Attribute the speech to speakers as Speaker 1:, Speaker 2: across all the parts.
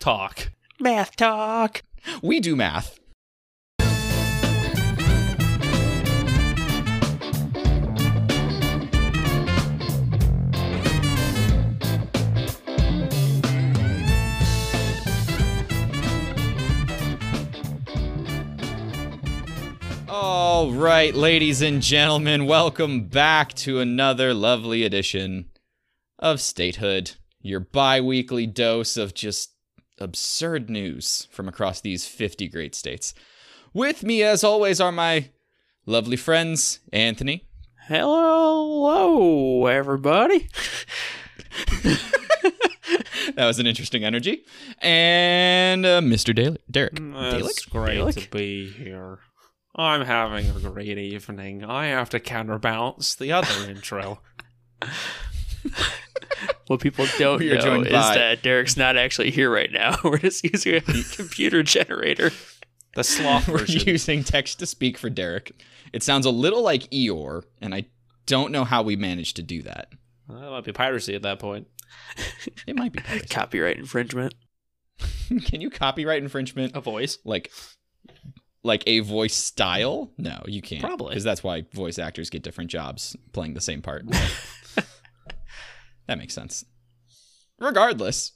Speaker 1: talk.
Speaker 2: Math talk.
Speaker 3: We do math. All right, ladies and gentlemen, welcome back to another lovely edition of Statehood, your bi weekly dose of just absurd news from across these 50 great states. With me, as always, are my lovely friends, Anthony.
Speaker 2: Hello, everybody.
Speaker 3: That was an interesting energy. And uh, Mr. Dale- Derek.
Speaker 2: It's
Speaker 3: Dalek?
Speaker 2: Mm, great
Speaker 1: Dalek?
Speaker 2: to be here. I'm having a great evening. I have to counterbalance the other intro.
Speaker 4: What people don't
Speaker 3: We are
Speaker 4: know
Speaker 3: joined
Speaker 4: is
Speaker 3: by-
Speaker 4: that Derek's not actually here right now. We're just using a computer generator.
Speaker 2: The sloth
Speaker 3: We're
Speaker 2: version.
Speaker 3: using text to speak for Derek. It sounds a little like Eeyore, and I don't know how we managed to do that.
Speaker 2: That might be piracy at that point.
Speaker 3: It might be. piracy.
Speaker 4: Copyright infringement.
Speaker 3: Can you copyright infringement
Speaker 1: A voice.
Speaker 3: like like a voice style? No, you can't.
Speaker 1: Probably.
Speaker 3: because that's why voice actors get different jobs playing the same part. that makes sense. Regardless,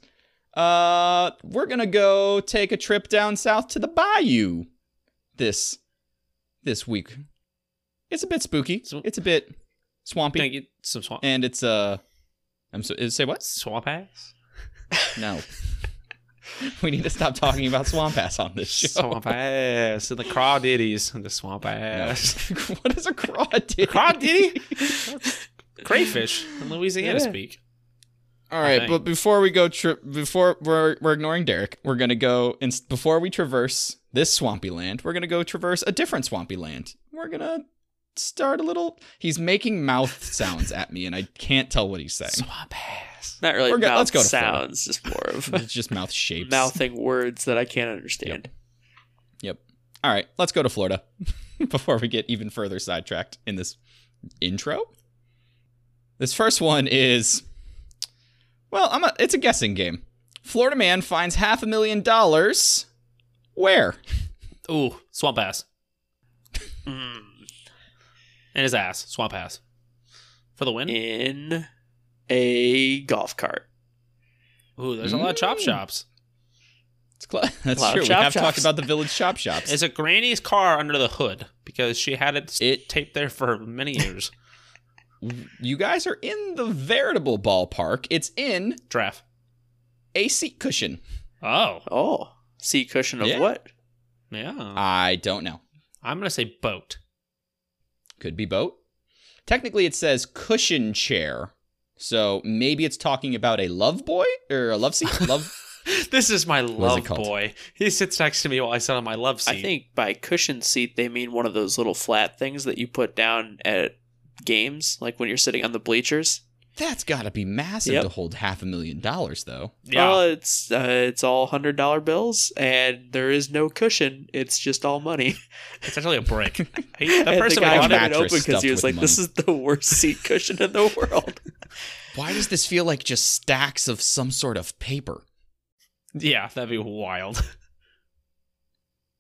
Speaker 3: uh, we're gonna go take a trip down south to the bayou this this week. It's a bit spooky.
Speaker 2: Sw-
Speaker 3: It's a bit swampy,
Speaker 2: Can I get some swamp
Speaker 3: and it's uh, I'm so say what?
Speaker 2: swamp ass?
Speaker 3: No. we need to stop talking about swamp ass on this show.
Speaker 2: Swamp ass. And the craw ditties and the swamp
Speaker 3: No.
Speaker 2: ass.
Speaker 3: what is a crawdaddy?
Speaker 2: Crawdaddy? Crayfish in Louisiana
Speaker 3: Yeah.
Speaker 2: speak.
Speaker 3: All
Speaker 2: I
Speaker 3: right,
Speaker 2: think.
Speaker 3: but before we go, tri- before we're, we're ignoring Derek, we're gonna go and s- before we traverse this swampy land, we're gonna go traverse a different swampy land. We're gonna start a little. He's making mouth sounds at me, and I can't tell what he's saying.
Speaker 2: Swamp ass.
Speaker 4: Not really
Speaker 3: We're go-
Speaker 4: mouth
Speaker 3: let's go to Florida.
Speaker 4: sounds, just more of
Speaker 3: It's just mouth shapes.
Speaker 4: mouthing words that I can't understand.
Speaker 3: Yep. All right, let's go to Florida before we get even further sidetracked in this intro. This first one is well, I'm a, it's a guessing game. Florida man finds half a million dollars where?
Speaker 1: Ooh, swamp ass.
Speaker 4: Mm.
Speaker 1: And his ass. Swamp ass. For the win.
Speaker 4: In a golf cart.
Speaker 1: Ooh, there's a lot of chop
Speaker 3: Mm.
Speaker 1: shops.
Speaker 3: It's cl- that's
Speaker 4: Lot of
Speaker 3: true. We
Speaker 4: chop
Speaker 3: have talked
Speaker 4: shops.
Speaker 3: about the village chop shops.
Speaker 1: It's a granny's car under the hood because she had it,
Speaker 3: It-
Speaker 1: taped there for many years.
Speaker 3: you guys are in the veritable ballpark. It's in
Speaker 1: Draft.
Speaker 3: a seat cushion.
Speaker 1: Oh,
Speaker 4: Oh, sea cushion of
Speaker 3: Yeah.
Speaker 4: what?
Speaker 1: yeah.
Speaker 3: I don't know.
Speaker 1: I'm gonna say boat.
Speaker 3: Could be boat. Technically, it says cushion chair. So maybe it's talking about a love boy or a love seat. Love.
Speaker 2: This is my
Speaker 3: it
Speaker 2: love
Speaker 3: called?
Speaker 2: boy. He sits next to me while I sit on my love seat.
Speaker 4: I think by cushion seat they mean one of those little flat things that you put down at games, like when you're sitting on the bleachers.
Speaker 3: That's got to be massive
Speaker 4: Yep.
Speaker 3: to hold half a million dollars, though.
Speaker 1: Yeah.
Speaker 4: Well, it's uh, it's all hundred dollar bills, and there is no cushion. It's just all money.
Speaker 1: It's actually a brick. He, the
Speaker 4: And
Speaker 1: person
Speaker 3: like a
Speaker 4: the guy
Speaker 1: bought it,
Speaker 4: wanted it
Speaker 3: mattress
Speaker 4: open because
Speaker 3: stuffed
Speaker 4: he was
Speaker 3: with
Speaker 4: like, "This is the worst seat cushion in the world."
Speaker 3: Why does this feel like just stacks of some sort of paper?
Speaker 1: yeah, that'd be wild.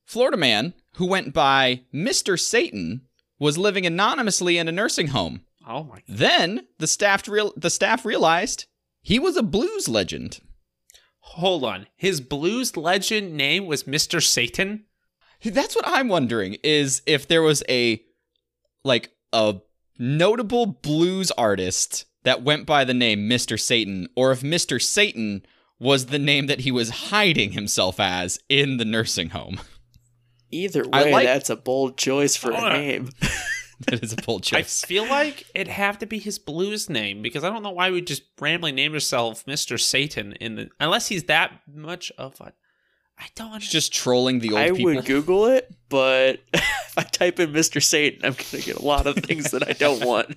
Speaker 3: Florida man who went by Mr. Satan was living anonymously in a nursing home.
Speaker 1: Oh my!
Speaker 3: Then the staff real the staff realized he was a blues legend.
Speaker 1: Hold on. His blues legend name was Mister Satan.
Speaker 3: That's what I'm wondering is if there was a like a notable blues artist that went by the name Mr. Satan or if Mr. Satan was the name that he was hiding himself as in the nursing home.
Speaker 4: Either
Speaker 3: I
Speaker 4: way,
Speaker 3: like-
Speaker 4: that's a bold choice for
Speaker 1: Oh,
Speaker 4: a name.
Speaker 3: that is a bold
Speaker 1: I
Speaker 3: choice.
Speaker 1: feel like it'd have to be his blues name because I don't know why we just randomly name yourself Mister Satan in the unless he's that much of a. I don't
Speaker 3: It's
Speaker 1: understand.
Speaker 3: Just trolling the old
Speaker 4: I
Speaker 3: people.
Speaker 4: would Google it, but if I type in Mr. Satan, I'm going to get a lot of things that I don't want.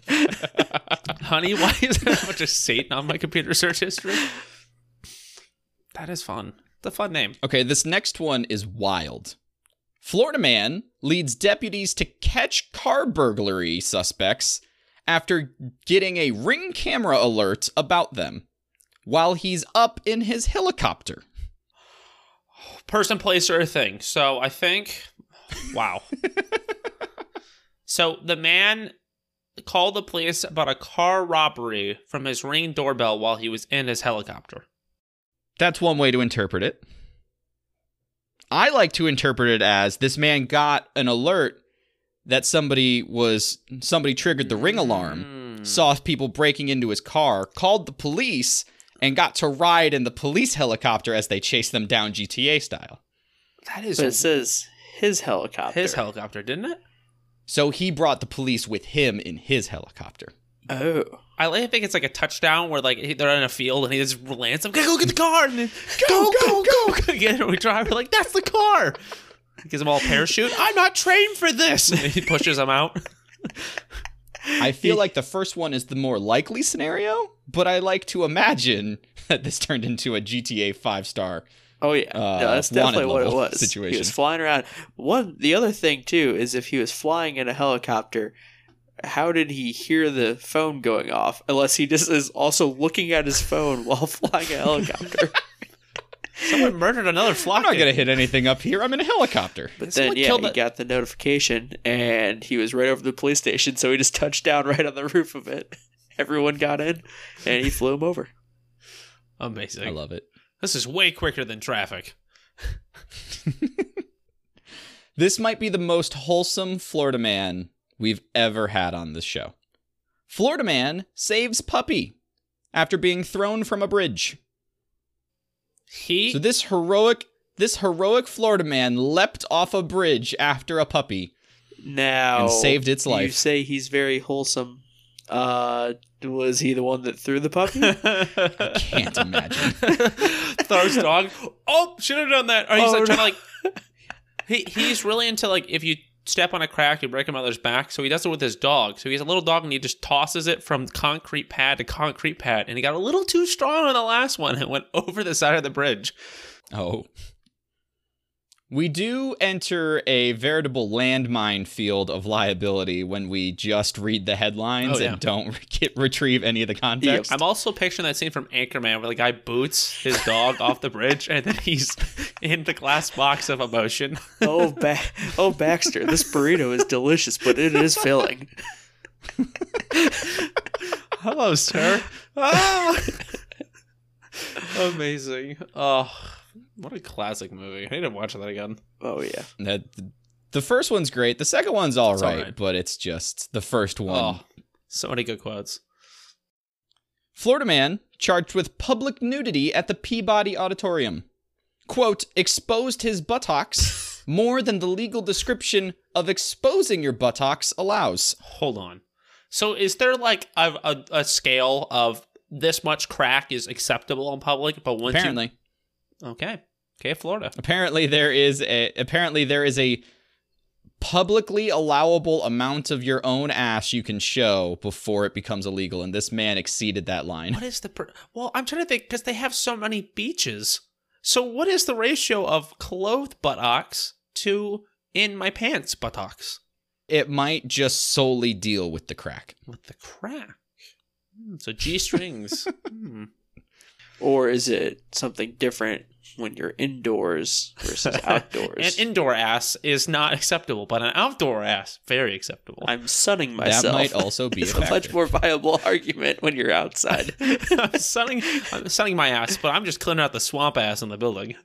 Speaker 1: Honey, why is there a bunch of Satan on my computer search history? That is fun. It's a fun name.
Speaker 3: Okay, this next one is wild. Florida man leads deputies to catch car burglary suspects after getting a ring camera alert about them while he's up in his helicopter.
Speaker 1: person, place, or thing. So I think, wow. so the man called the police about a car robbery from his ring doorbell while he was in his helicopter.
Speaker 3: That's one way to interpret it. I like to interpret it as this man got an alert that somebody was somebody triggered the ring alarm,
Speaker 1: Mm.
Speaker 3: Mm-hmm. saw people breaking into his car, called the police, and got to ride in the police helicopter as they chased them down GTA style.
Speaker 1: that
Speaker 4: But it
Speaker 1: is
Speaker 4: says his helicopter.
Speaker 1: his helicopter, didn't it?
Speaker 3: So he brought the police with him in his helicopter.
Speaker 4: Oh.
Speaker 1: I like to think it's like a touchdown where like he- they're in a field and he just lands them. Go get the car and then go go go. go. Again, we drive. We're like that's the car. Gives him all parachute. I'm not trained for this. And he pushes him out.
Speaker 3: I feel like the first one is the more likely scenario, but I like to imagine that this turned into a GTA five star.
Speaker 4: Oh yeah,
Speaker 3: uh,
Speaker 4: no, that's
Speaker 3: wanted
Speaker 4: definitely what it
Speaker 3: level
Speaker 4: was. He
Speaker 3: situation.
Speaker 4: was flying around. One, the other thing too is if he was flying in a helicopter, how did he hear the phone going off? Unless he just is also looking at his phone while flying a helicopter.
Speaker 1: Someone murdered another
Speaker 3: I'm not
Speaker 1: flock.
Speaker 3: gonna hit anything up here. I'm in a helicopter.
Speaker 4: But then
Speaker 1: Someone
Speaker 4: yeah,
Speaker 1: killed
Speaker 4: he
Speaker 1: it.
Speaker 4: got the notification and he was right over the police station, so he just touched down right on the roof of it. Everyone got in, and he flew him over.
Speaker 1: Amazing.
Speaker 3: I love it.
Speaker 1: this is way quicker than traffic.
Speaker 3: This might be the most wholesome Florida man we've ever had on this show. Florida man saves puppy after being thrown from a bridge.
Speaker 1: He
Speaker 3: So this heroic this heroic Florida man leapt off a bridge after a puppy.
Speaker 4: Now
Speaker 3: And saved its
Speaker 4: You
Speaker 3: life.
Speaker 4: say he's very wholesome. Uh, was he the one that threw the puppy?
Speaker 3: Can't imagine.
Speaker 1: throws dog. Oh, should have done that. Or he's
Speaker 4: Oh,
Speaker 1: like
Speaker 4: no.
Speaker 1: trying to like. He he's really into like if you step on a crack, you break a mother's back. So he does it with his dog. So he has a little dog and he just tosses it from concrete pad to concrete pad. And he got a little too strong on the last one and went over the side of the bridge.
Speaker 3: Oh. We do enter a veritable landmine field of liability when we just read the headlines
Speaker 1: Oh, yeah.
Speaker 3: and don't get, retrieve any of the context.
Speaker 1: I'm also picturing that scene from Anchorman where the guy boots his dog off the bridge and then he's in the glass box of emotion.
Speaker 4: oh, ba- oh, Baxter, this burrito is delicious, but it is filling.
Speaker 1: Hello, sir. Ah! Amazing. Oh, what a classic movie. I need to watch that again.
Speaker 4: Oh yeah,
Speaker 3: That the first one's great. The second one's all
Speaker 1: It's
Speaker 3: right,
Speaker 1: all right.
Speaker 3: but it's just the first one.
Speaker 1: Oh, so many good quotes.
Speaker 3: Florida man charged with public nudity at the Peabody Auditorium. Quote, exposed his buttocks more than the legal description of exposing your buttocks allows.
Speaker 1: Hold on. So, is there like a, a, a scale of this much crack is acceptable in public, but once
Speaker 3: apparently.
Speaker 1: you okay, okay, Florida,
Speaker 3: apparently there is a apparently there is a publicly allowable amount of your own ass you can show before it becomes illegal, and this man exceeded that line.
Speaker 1: what is the per- well? I'm trying to think because they have so many beaches. So, what is the ratio of clothed buttocks to in my pants buttocks
Speaker 3: It might just solely deal with the crack.
Speaker 1: with the crack? Hmm, so G strings. hmm.
Speaker 4: or is it something different when you're indoors versus
Speaker 1: An
Speaker 4: outdoors?
Speaker 1: indoor ass is not acceptable, but an outdoor ass very acceptable.
Speaker 4: I'm sunning myself.
Speaker 3: That might also be a
Speaker 4: it's a
Speaker 3: factor.
Speaker 4: much more viable argument when you're outside.
Speaker 1: I'm sunning, I'm sunning my ass, but I'm just cleaning out the swamp ass in the building,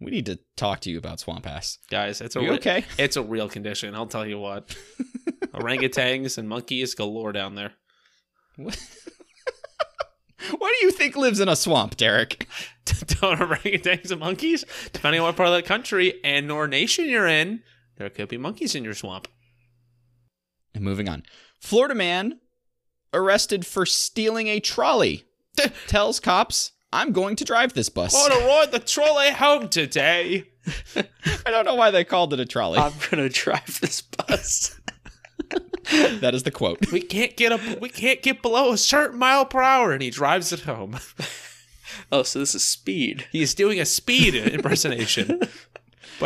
Speaker 3: we need to talk to you about swamp ass.
Speaker 1: guys. It's a
Speaker 3: Are you
Speaker 1: re-
Speaker 3: okay?
Speaker 1: it's a real condition. I'll tell you what. Orangutans and monkeys galore down there.
Speaker 3: What do you think lives in a swamp, Derek?
Speaker 1: Don't orangutans and monkeys, depending on what part of the country and or nation you're in, there could be monkeys in your swamp.
Speaker 3: And moving on. Florida man arrested for stealing a trolley tells cops, "I'm going to drive this bus."
Speaker 1: Want to ride the trolley home today?
Speaker 3: I don't know why they called it a trolley.
Speaker 4: I'm gonna drive this bus.
Speaker 3: that is the quote.
Speaker 1: We can't get up. We can't get below a certain mile per hour, and he drives it home.
Speaker 4: Oh, so this is speed.
Speaker 1: He's doing a speed impersonation.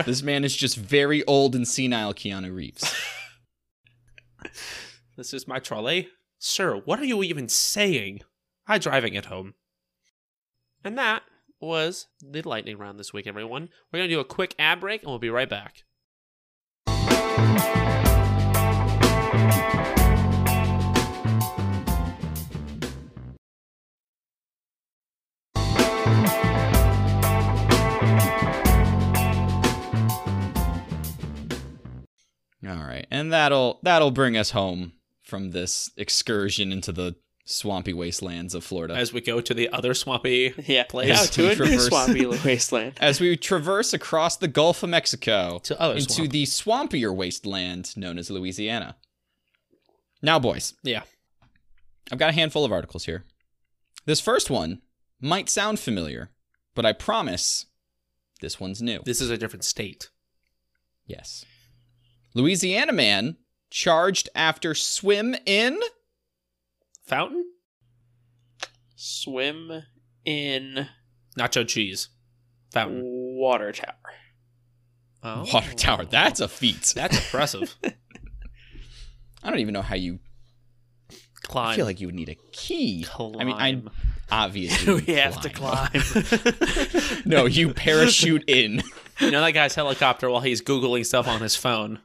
Speaker 3: This man is just very old and senile Keanu Reeves.
Speaker 1: This is my trolley. Sir, what are you even saying? I'm driving it home. And that was the lightning round this week, everyone. We're going to do a quick ad break and we'll be right back.
Speaker 3: All right, and that'll that'll bring us home from this excursion into the swampy wastelands of Florida.
Speaker 1: As we go to the other swampy
Speaker 4: Yeah,
Speaker 1: Place
Speaker 4: Now to a new
Speaker 3: traverse.
Speaker 4: swampy wasteland.
Speaker 3: as we traverse across the Gulf of Mexico
Speaker 1: to other
Speaker 3: into
Speaker 1: swamp.
Speaker 3: the swampier wasteland known as Louisiana. Now, boys.
Speaker 1: Yeah.
Speaker 3: I've got a handful of articles here. This first one might sound familiar, but I promise this one's new.
Speaker 1: This is a different state.
Speaker 3: Yes. Louisiana man charged after swim in
Speaker 1: Fountain?
Speaker 4: Swim in
Speaker 1: Nacho cheese. Fountain.
Speaker 4: water tower.
Speaker 1: Oh.
Speaker 3: water tower. That's a feat.
Speaker 1: That's impressive.
Speaker 3: I don't even know how you
Speaker 1: Climb.
Speaker 3: I feel like you would need a key. I mean, I
Speaker 1: Climb.
Speaker 3: obviously
Speaker 4: we have to climb.
Speaker 3: No, you parachute in.
Speaker 1: you know that guy's helicopter while he's Googling stuff on his phone.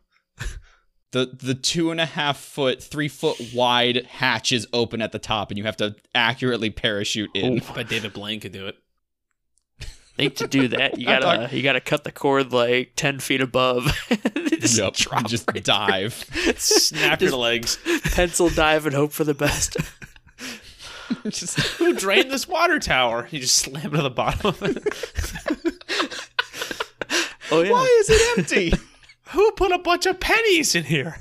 Speaker 3: the the two and a half foot, three foot wide hatch is open at the top, and you have to accurately parachute in.
Speaker 1: But David Blaine could do it.
Speaker 4: I think to do that, you gotta you gotta cut the cord like ten feet above. just
Speaker 3: Yup,
Speaker 4: drop
Speaker 3: just
Speaker 4: right
Speaker 3: dive.
Speaker 1: Snap your legs.
Speaker 4: there. Pencil dive and hope for the best.
Speaker 3: Just-
Speaker 1: Who drained this water tower? You just slam to the bottom of it.
Speaker 4: Oh yeah.
Speaker 3: Why is it empty?
Speaker 1: Who put a bunch of pennies in here?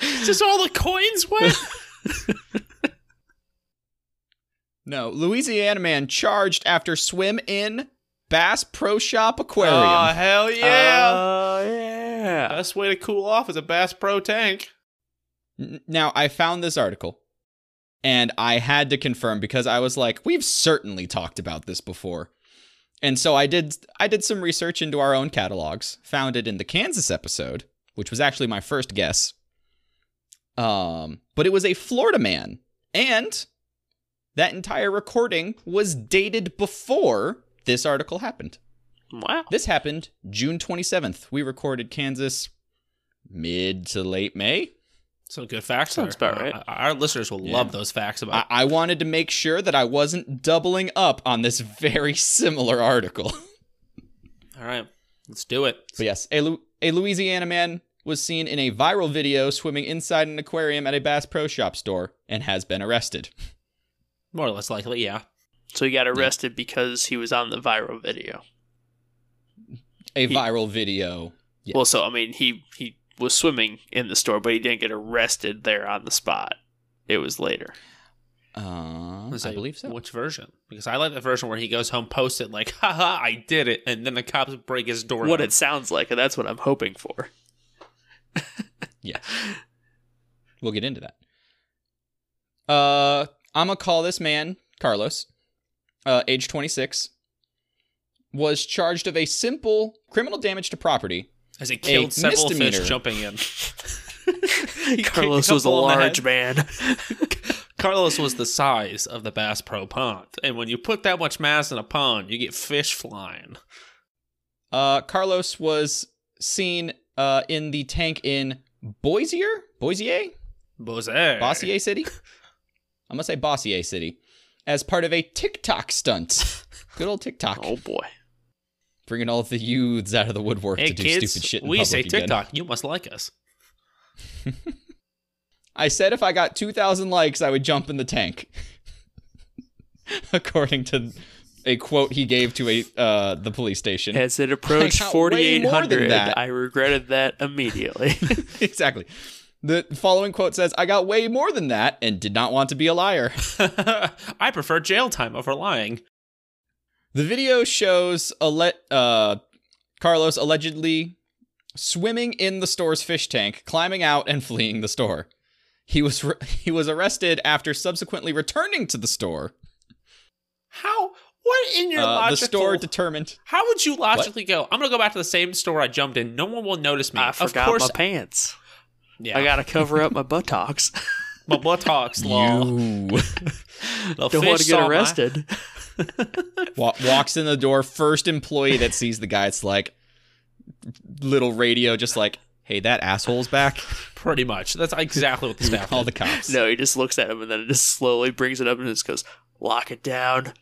Speaker 1: Is this all the coins went?
Speaker 3: no, Louisiana man charged after swim in Bass Pro Shop Aquarium. Uh,
Speaker 1: oh, hell yeah.
Speaker 4: Oh yeah.
Speaker 1: Best way to cool off is a Bass Pro tank.
Speaker 3: N- now I found this article, and I had to confirm because I was like, we've certainly talked about this before. And so I did I did some research into our own catalogs, found it in the Kansas episode, which was actually my first guess. Um, but it was a Florida man. And that entire recording was dated before this article happened.
Speaker 4: Wow.
Speaker 3: This happened June 27th. We recorded Kansas mid to late May.
Speaker 1: Some good facts.
Speaker 4: Sounds
Speaker 1: there.
Speaker 4: about right.
Speaker 1: Uh, our listeners will
Speaker 3: Yeah.
Speaker 1: love those facts about
Speaker 3: I, I wanted to make sure that I wasn't doubling up on this very similar article.
Speaker 1: All right, let's do it.
Speaker 3: but yes, a, Lu- a Louisiana man was seen in a viral video swimming inside an aquarium at a Bass Pro Shop store and has been arrested.
Speaker 1: More or less likely, yeah.
Speaker 4: So he got arrested because he was on the viral video.
Speaker 3: A
Speaker 4: He-
Speaker 3: viral video. Yeah.
Speaker 4: Well, so I mean, he he was swimming in the store, but he didn't get arrested there on the spot. It was later.
Speaker 3: Uh,
Speaker 1: Let's
Speaker 3: I
Speaker 1: say,
Speaker 3: believe so.
Speaker 1: Which version? Because I like the version where he goes home, posts it like, haha, I did it. And then the cops break his door.
Speaker 4: What
Speaker 1: down.
Speaker 4: it sounds like, and that's what I'm hoping for.
Speaker 3: We'll get into that. Uh, I'm gonna call this man Carlos, uh, age 26, was charged of a simple criminal damage to property
Speaker 1: As he killed
Speaker 3: a
Speaker 1: several
Speaker 3: misdemeanor.
Speaker 1: fish jumping in. kicked
Speaker 4: Carlos was a
Speaker 1: couple in the
Speaker 4: large man.
Speaker 1: Carlos was the size of the Bass Pro Pond. And when you put that much mass in a pond, you get fish flying.
Speaker 3: Uh, Carlos was seen uh, in the tank in Boisier, Boisier,
Speaker 1: Bozay.
Speaker 3: Bossier City. I'm gonna say Bossier City, as part of a TikTok stunt. Good old TikTok,
Speaker 4: Oh boy.
Speaker 3: bringing all the youths out of the woodwork
Speaker 1: Hey,
Speaker 3: to do
Speaker 1: kids,
Speaker 3: stupid shit. In
Speaker 1: we
Speaker 3: public
Speaker 1: say
Speaker 3: again.
Speaker 1: TikTok. You must like us.
Speaker 3: I said if I got 2,000 likes, I would jump in the tank. According to a quote he gave to a uh, the police station.
Speaker 4: As it
Speaker 3: I
Speaker 4: approached
Speaker 3: got way more than
Speaker 4: 4,800,
Speaker 3: that.
Speaker 4: I regretted that immediately.
Speaker 3: exactly. The following quote says, "I got way more than that, and did not want to be a liar."
Speaker 1: I prefer jail time over lying.
Speaker 3: The video shows ale- uh, Carlos allegedly swimming in the store's fish tank, climbing out and fleeing the store. He was re- he was arrested after subsequently returning to the store.
Speaker 1: How? What in your
Speaker 3: Uh, the
Speaker 1: logical...
Speaker 3: store determined
Speaker 1: How would you logically go? I'm gonna go back to the same store I jumped in. No one will notice me.
Speaker 4: I forgot
Speaker 1: of course,
Speaker 4: my pants.
Speaker 1: yeah.
Speaker 4: I gotta cover up my buttocks.
Speaker 1: my buttocks law.
Speaker 3: you.
Speaker 1: The
Speaker 4: Don't
Speaker 1: fish
Speaker 4: want to
Speaker 1: saw
Speaker 4: get
Speaker 1: my-
Speaker 4: arrested.
Speaker 3: Wa- walks in the door. First employee that sees the guy, it's like little radio, just like, "Hey, that asshole's back."
Speaker 1: Pretty much. That's exactly what the staff
Speaker 3: Call the cops.
Speaker 4: No, he just looks at him and then it just slowly brings it up and just goes, "Lock it down."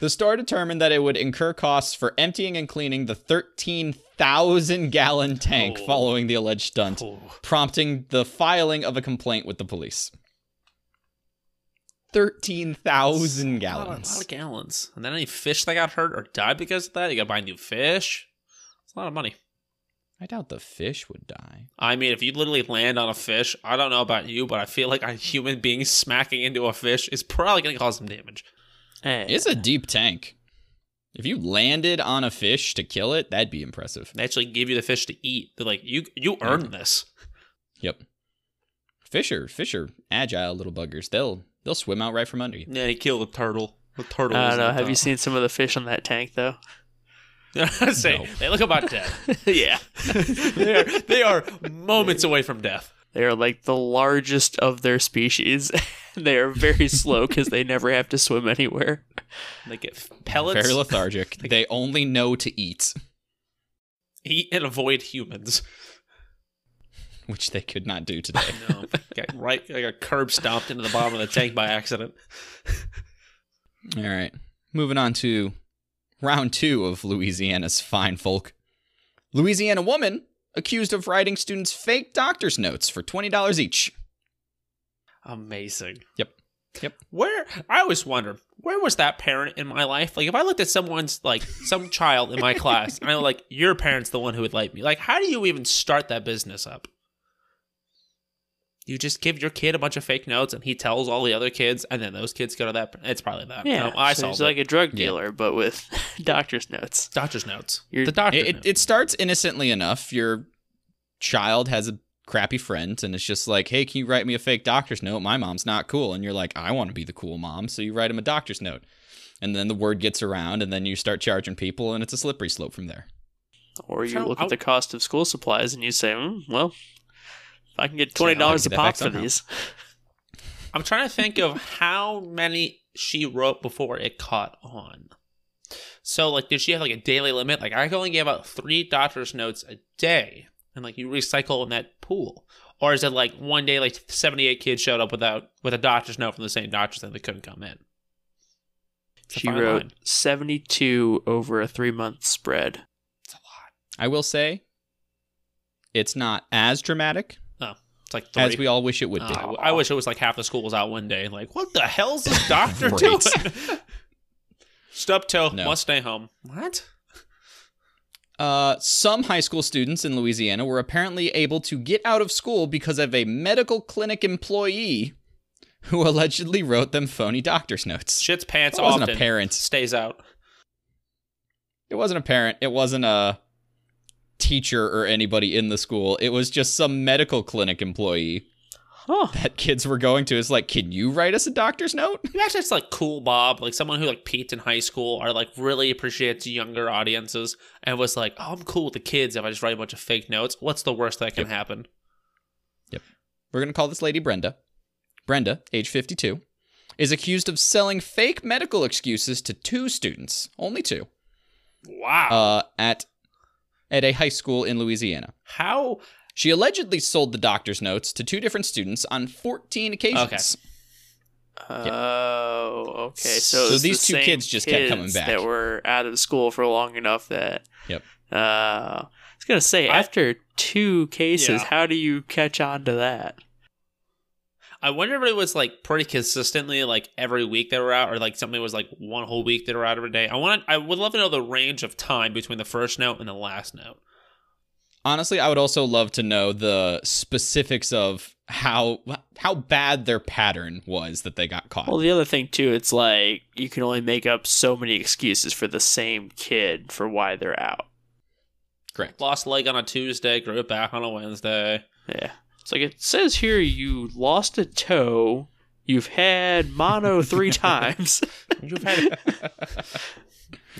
Speaker 3: The store determined that it would incur costs for emptying and cleaning the 13,000 gallon tank
Speaker 1: Oh.
Speaker 3: following the alleged stunt,
Speaker 1: did.
Speaker 3: prompting the filing of a complaint with the police. 13,000
Speaker 1: A lot, of, lot
Speaker 3: gallons.
Speaker 1: of gallons. And then any fish that got hurt or died because of that, you got to buy new fish. It's a lot of money.
Speaker 3: I doubt the fish would die.
Speaker 1: I mean, if you literally land on a fish, I don't know about you, but I feel like a human being smacking into a fish is probably going to cause some damage.
Speaker 4: Hey,
Speaker 3: It's a deep tank. If you landed on a fish to kill it, that'd be impressive.
Speaker 1: They actually give you the fish to eat. They're like, you you earned this.
Speaker 3: Yep. Fish are, fish are agile little buggers. They'll they'll swim out right from under you.
Speaker 1: Yeah, he killed the turtle. The turtle.
Speaker 4: I
Speaker 1: was
Speaker 4: don't know.
Speaker 1: like,
Speaker 4: Have
Speaker 1: uh,
Speaker 4: you seen some of the fish on that tank though?
Speaker 1: I say,
Speaker 3: No.
Speaker 1: They look about dead.
Speaker 4: yeah,
Speaker 1: they, are, they are moments away from death.
Speaker 4: they are like the largest of their species. they are very slow because they never have to swim anywhere.
Speaker 1: They get pellets,
Speaker 3: Very lethargic. they only know to eat.
Speaker 1: eat and avoid humans.
Speaker 3: which they could not do today.
Speaker 1: No, got right, I got curb stomped into the bottom of the tank by accident.
Speaker 3: All right. Moving on to round two of Louisiana's fine folk. Louisiana woman accused of writing students fake doctor's notes for $20 each.
Speaker 1: Amazing.
Speaker 3: Yep. Yep.
Speaker 1: Where I always wondered where was that parent in my life? Like if I looked at someone's like some child in my class, and I'm like, your parent's the one who would like me. Like, how do you even start that business up? You just give your kid a bunch of fake notes, and he tells all the other kids, and then those kids go to that. It's probably that.
Speaker 4: Yeah,
Speaker 1: No, I
Speaker 4: so
Speaker 1: saw
Speaker 4: he's like a drug
Speaker 3: Yeah.
Speaker 4: dealer, but with doctor's notes.
Speaker 1: doctor's notes.
Speaker 4: You're-
Speaker 1: the doctor.
Speaker 3: It, it,
Speaker 1: note.
Speaker 3: it starts innocently enough. Your child has a crappy friend, and it's just like, hey, can you write me a fake doctor's note? My mom's not cool. And you're like, I want to be the cool mom. So you write him a doctor's note. And then the word gets around, and then you start charging people, and it's a slippery slope from there.
Speaker 4: Or you
Speaker 1: Sound-
Speaker 4: look at
Speaker 1: I-
Speaker 4: the cost of school supplies and you say, mm, well, if I can get twenty dollars a
Speaker 3: Yeah, I'll
Speaker 4: pop
Speaker 3: get that
Speaker 4: for
Speaker 3: back somehow.
Speaker 4: these.
Speaker 1: I'm trying to think of how many she wrote before it caught on. So, like, did she have like a daily limit? Like, I only gave out three doctor's notes a day, and like you recycle in that pool, or is it like one day like 78 kids showed up without with a doctor's note from the same doctor's that they couldn't come in? It's a
Speaker 4: She
Speaker 1: fine
Speaker 4: wrote
Speaker 1: line.
Speaker 4: seventy-two over a three-month spread.
Speaker 3: I will say, it's not as dramatic
Speaker 1: It's like three.
Speaker 3: as we all wish it would be.
Speaker 1: Oh, I wish it was like half the school was out one day and like, what the hell's this doctor
Speaker 3: Right.
Speaker 1: doing? Stub toe,
Speaker 3: No.
Speaker 1: must stay home. What?
Speaker 3: Uh, some high school students in Louisiana were apparently able to get out of school because of a medical clinic employee who allegedly wrote them phony doctor's notes.
Speaker 1: Shits pants
Speaker 3: it wasn't
Speaker 1: often.
Speaker 3: a parent.
Speaker 1: Stays out.
Speaker 3: It wasn't a parent. It wasn't a teacher or anybody in the school. It was just some medical clinic employee
Speaker 4: Huh.
Speaker 3: that kids were going to. It's like, can you write us a doctor's note?
Speaker 1: Imagine it's like cool Bob, like someone who like peaked in high school or like really appreciates younger audiences and was like, oh, I'm cool with the kids if I just write a bunch of fake notes. What's the worst that can happen?
Speaker 3: we're going to call this lady Brenda. Brenda, age 52, is accused of selling fake medical excuses to two students, only two,
Speaker 1: Wow.
Speaker 3: uh, at at a high school in Louisiana.
Speaker 1: How?
Speaker 3: She allegedly sold the doctor's notes to two different students on 14 occasions.
Speaker 4: Oh, okay. So,
Speaker 3: So
Speaker 4: it was
Speaker 3: these
Speaker 4: the
Speaker 3: two
Speaker 4: same
Speaker 3: kids just kept coming
Speaker 4: kids
Speaker 3: back.
Speaker 4: That were out of school for long enough that.
Speaker 3: Yep.
Speaker 4: Uh, I was gonna say
Speaker 1: I-
Speaker 4: after two cases,
Speaker 1: Yeah.
Speaker 4: how do you catch on to that?
Speaker 1: I wonder if it was like pretty consistently like every week they were out or like something was like one whole week they were out every day. I want I would love to know the range of time between the first note and the last note.
Speaker 3: Honestly, I would also love to know the specifics of how how bad their pattern was that they got caught.
Speaker 4: Well, the other thing too, it's like you can only make up so many excuses for the same kid for why they're out.
Speaker 3: Correct.
Speaker 1: Lost leg on a Tuesday, grew it back on a Wednesday.
Speaker 4: Yeah. It's like it says here you lost a toe, you've had mono three times.
Speaker 1: You've had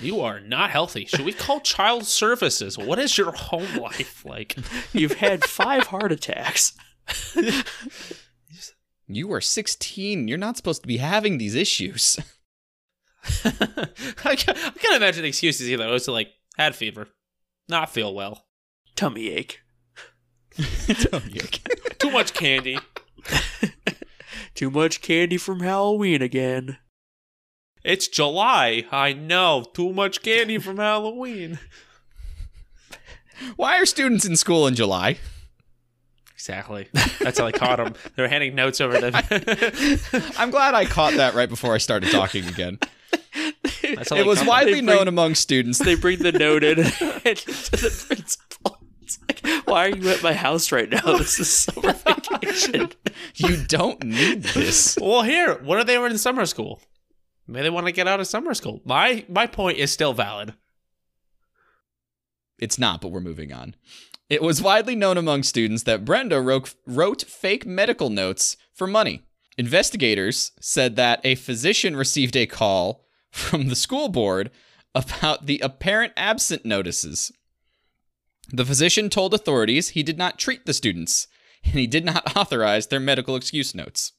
Speaker 1: You are not healthy. Should we call child services? What is your home life like?
Speaker 4: You've had five heart attacks.
Speaker 3: you are 16. You're not supposed to be having these issues.
Speaker 1: I can't I can't imagine excuses either. It was like had fever, not feel well,
Speaker 4: Tummy ache.
Speaker 1: too much candy.
Speaker 4: Too much candy from Halloween again.
Speaker 1: It's July. I know. Too much candy from Halloween.
Speaker 3: Why are students in school in July?
Speaker 1: Exactly. That's how I caught them. They were handing notes over to.
Speaker 3: I'm glad I caught that right before I started talking again.
Speaker 1: That's how I
Speaker 3: It was
Speaker 1: caught 'em.
Speaker 3: widely
Speaker 4: They bring-
Speaker 3: known among students.
Speaker 4: They bring the note in to the principal. It's like, why are you at my house right now? This is summer vacation.
Speaker 3: You don't need this.
Speaker 1: Well, here, what if they were in summer school? Maybe they want to get out of summer school. My my point is still valid.
Speaker 3: It's not, but we're moving on. It was widely known among students that Brenda wrote, wrote fake medical notes for money. Investigators said that a physician received a call from the school board about the apparent absent notices. The physician told authorities he did not treat the students and he did not authorize their medical excuse notes.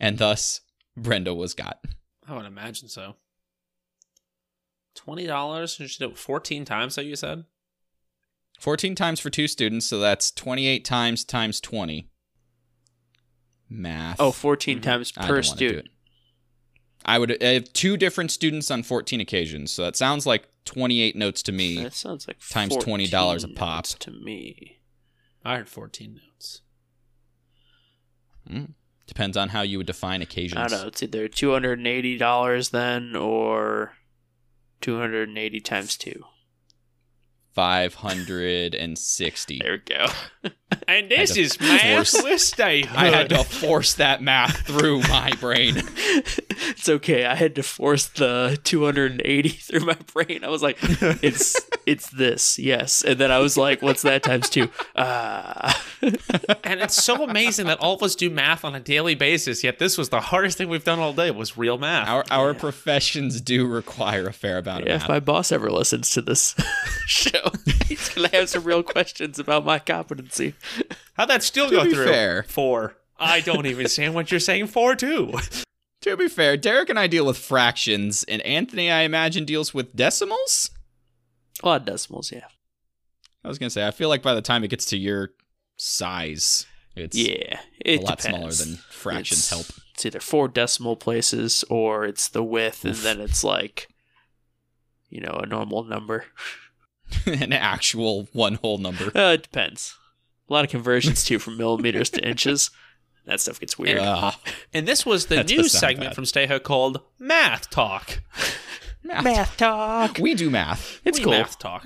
Speaker 3: And thus, Brenda was got.
Speaker 1: I would imagine so. Twenty dollars and she did it fourteen times. So you said
Speaker 3: 14 times for two students, so that's 28 times times 20. Math.
Speaker 4: Oh, 14 times
Speaker 3: Mm-hmm. I
Speaker 4: per
Speaker 3: don't wanna do
Speaker 4: student.
Speaker 3: it. I would I have two different students on 14 occasions, so that sounds like 28 notes to me.
Speaker 4: That sounds like
Speaker 3: Times $20 a
Speaker 4: 14
Speaker 3: pop.
Speaker 4: notes to me.
Speaker 1: I heard fourteen notes.
Speaker 3: Hmm. Depends on how you would define occasions.
Speaker 4: I don't know. It's either two hundred and eighty dollars then, or two hundred and eighty times two.
Speaker 3: 560.
Speaker 4: There we go.
Speaker 1: And this
Speaker 3: this to is
Speaker 1: is
Speaker 3: math
Speaker 1: my
Speaker 3: force- I had to force that math through my brain.
Speaker 4: it's okay. I had to force the two hundred and eighty through my brain. I was like, it's it's this, yes. And then I was like, what's that times two? Uh,
Speaker 1: And it's so amazing that all of us do math on a daily basis. Yet this was the hardest thing we've done all day. Was real math.
Speaker 3: Our our professions do require a fair amount of
Speaker 4: yeah, if
Speaker 3: math.
Speaker 4: my boss ever listens to this show, he's gonna have some real questions about my competency.
Speaker 1: How'd that still
Speaker 3: To
Speaker 1: go
Speaker 3: be
Speaker 1: through?
Speaker 3: fair.
Speaker 1: Four. I don't even understand what you're saying. Four too.
Speaker 3: To be fair, Derek and I deal with fractions, and Anthony, I imagine, deals with decimals.
Speaker 4: A lot of decimals, yeah.
Speaker 3: I was gonna say, I feel like by the time it gets to your size, it's
Speaker 4: yeah,
Speaker 3: a
Speaker 4: it
Speaker 3: lot smaller
Speaker 4: depends.
Speaker 3: than fractions
Speaker 4: It's-
Speaker 3: help.
Speaker 4: It's either four decimal places or it's the width, and then it's like, you know, a normal number.
Speaker 3: An actual one whole number.
Speaker 4: Uh, it depends. A lot of conversions too, from millimeters to inches. That stuff gets weird.
Speaker 3: Ugh.
Speaker 1: And this was the
Speaker 3: That
Speaker 1: new
Speaker 3: does sound
Speaker 1: segment
Speaker 3: bad.
Speaker 1: from Stay Hook called Math Talk.
Speaker 3: math.
Speaker 4: talk.
Speaker 3: We do math.
Speaker 4: It's
Speaker 1: We
Speaker 4: cool.
Speaker 1: Math Talk.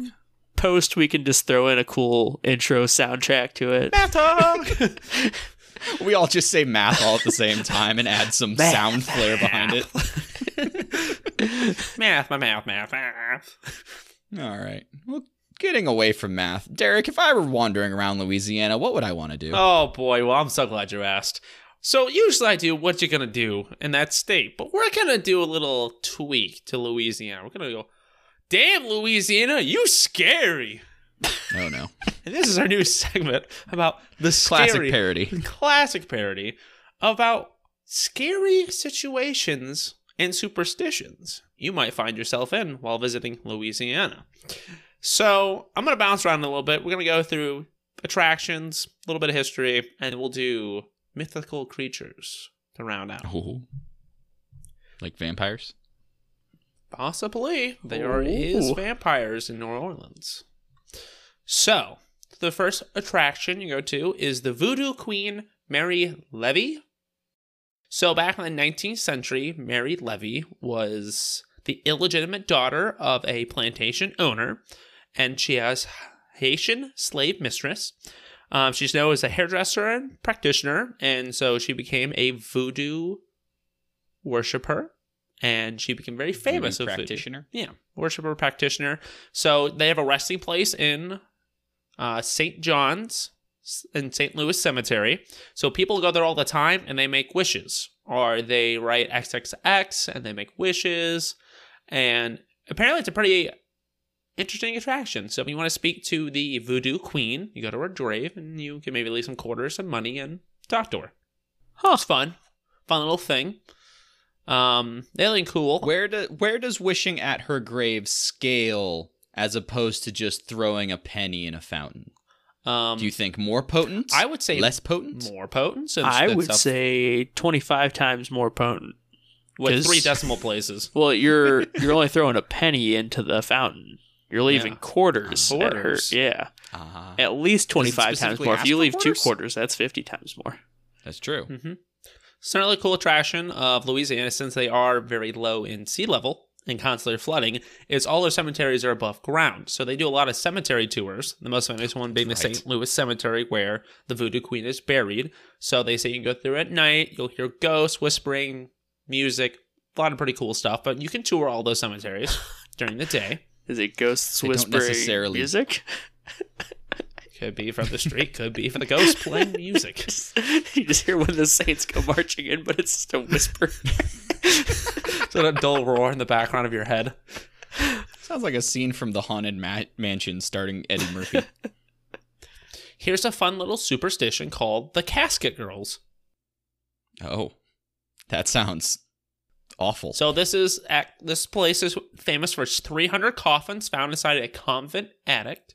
Speaker 4: Post, we can just throw in a cool intro soundtrack to it.
Speaker 1: Math Talk.
Speaker 3: We all just say math all at the same time and add some
Speaker 4: Math.
Speaker 3: sound flair behind it.
Speaker 1: math, my math, math, math.
Speaker 3: All right. Well, getting away from math, Derek. If I were wandering around Louisiana, what would I want to do?
Speaker 1: Oh boy, well I'm so glad you asked. So usually I do what you're gonna do in that state, but we're gonna do a little tweak to Louisiana. We're gonna go, damn Louisiana, you scary.
Speaker 3: oh no,
Speaker 1: And this is our new segment about the
Speaker 3: classic
Speaker 1: scary,
Speaker 3: parody.
Speaker 1: classic parody about scary situations and superstitions you might find yourself in while visiting Louisiana. So I'm gonna bounce around a little bit. We're gonna go through attractions, a little bit of history, and we'll do mythical creatures to round out.
Speaker 3: Oh. Like vampires.
Speaker 1: Possibly. There is
Speaker 4: Ooh.
Speaker 1: vampires in New Orleans. So, the first attraction you go to is the Voodoo Queen Mary Levy. So, back in the 19th century, Mary Levy was the illegitimate daughter of a plantation owner, and she has Haitian slave mistress. Um, she's known as a hairdresser and practitioner, and so she became a voodoo worshiper, and she became very famous
Speaker 3: Voodoo
Speaker 1: with voodoo.
Speaker 3: practitioner.
Speaker 1: Yeah, worshiper practitioner. So they have a resting place in uh, St. John's in St. Louis Cemetery. So people go there all the time and they make wishes, or they write XXX and they make wishes. And apparently, it's a pretty interesting attraction. So if you want to speak to the voodoo queen, you go to her grave and you can maybe leave some quarters, some money, and talk to her. Huh. It's fun. Fun little thing. Um, alien cool.
Speaker 3: Where do, where does wishing at her grave scale as opposed to just throwing a penny in a fountain?
Speaker 1: um,
Speaker 3: Do you think more potent?
Speaker 1: I would say
Speaker 3: less potent.
Speaker 1: more potent. Since
Speaker 4: I
Speaker 1: that's
Speaker 4: would
Speaker 1: up
Speaker 4: say 25 times more potent.
Speaker 1: with
Speaker 4: just-
Speaker 1: three decimal places.
Speaker 4: Well, you're you're only throwing a penny into the fountain. You're leaving
Speaker 1: Yeah.
Speaker 4: quarters. at her-
Speaker 1: Quarters.
Speaker 4: yeah.
Speaker 3: Ah,
Speaker 4: At least 25 times
Speaker 3: specifically
Speaker 4: more. If
Speaker 3: ask
Speaker 4: you
Speaker 3: for
Speaker 4: leave two
Speaker 3: quarters?
Speaker 4: quarters, that's 50 times more.
Speaker 3: that's true.
Speaker 1: Mm-hmm. It's another cool attraction of Louisiana since they are very low in sea level and constantly flooding. Is all their cemeteries are above ground, so they do a lot of cemetery tours. The most famous one being the
Speaker 3: Right.
Speaker 1: St. Louis Cemetery, where the Voodoo Queen is buried. So they say you can go through at night. You'll hear ghosts whispering, music, a lot of pretty cool stuff. But you can tour all those cemeteries during the day.
Speaker 4: Is it ghosts
Speaker 3: They don't
Speaker 4: whispering
Speaker 3: necessarily-
Speaker 4: music?
Speaker 1: Could be from the street. Could be from the ghost playing music.
Speaker 4: you just hear when the saints go marching in, but it's just a whisper.
Speaker 1: So that dull roar in the background of your head.
Speaker 3: Sounds like a scene from the Haunted Ma- Mansion starring Eddie Murphy.
Speaker 1: Here's a fun little superstition called the casket girls.
Speaker 3: oh, that sounds awful.
Speaker 1: So this is at, this place is famous for its 300 coffins found inside a convent attic.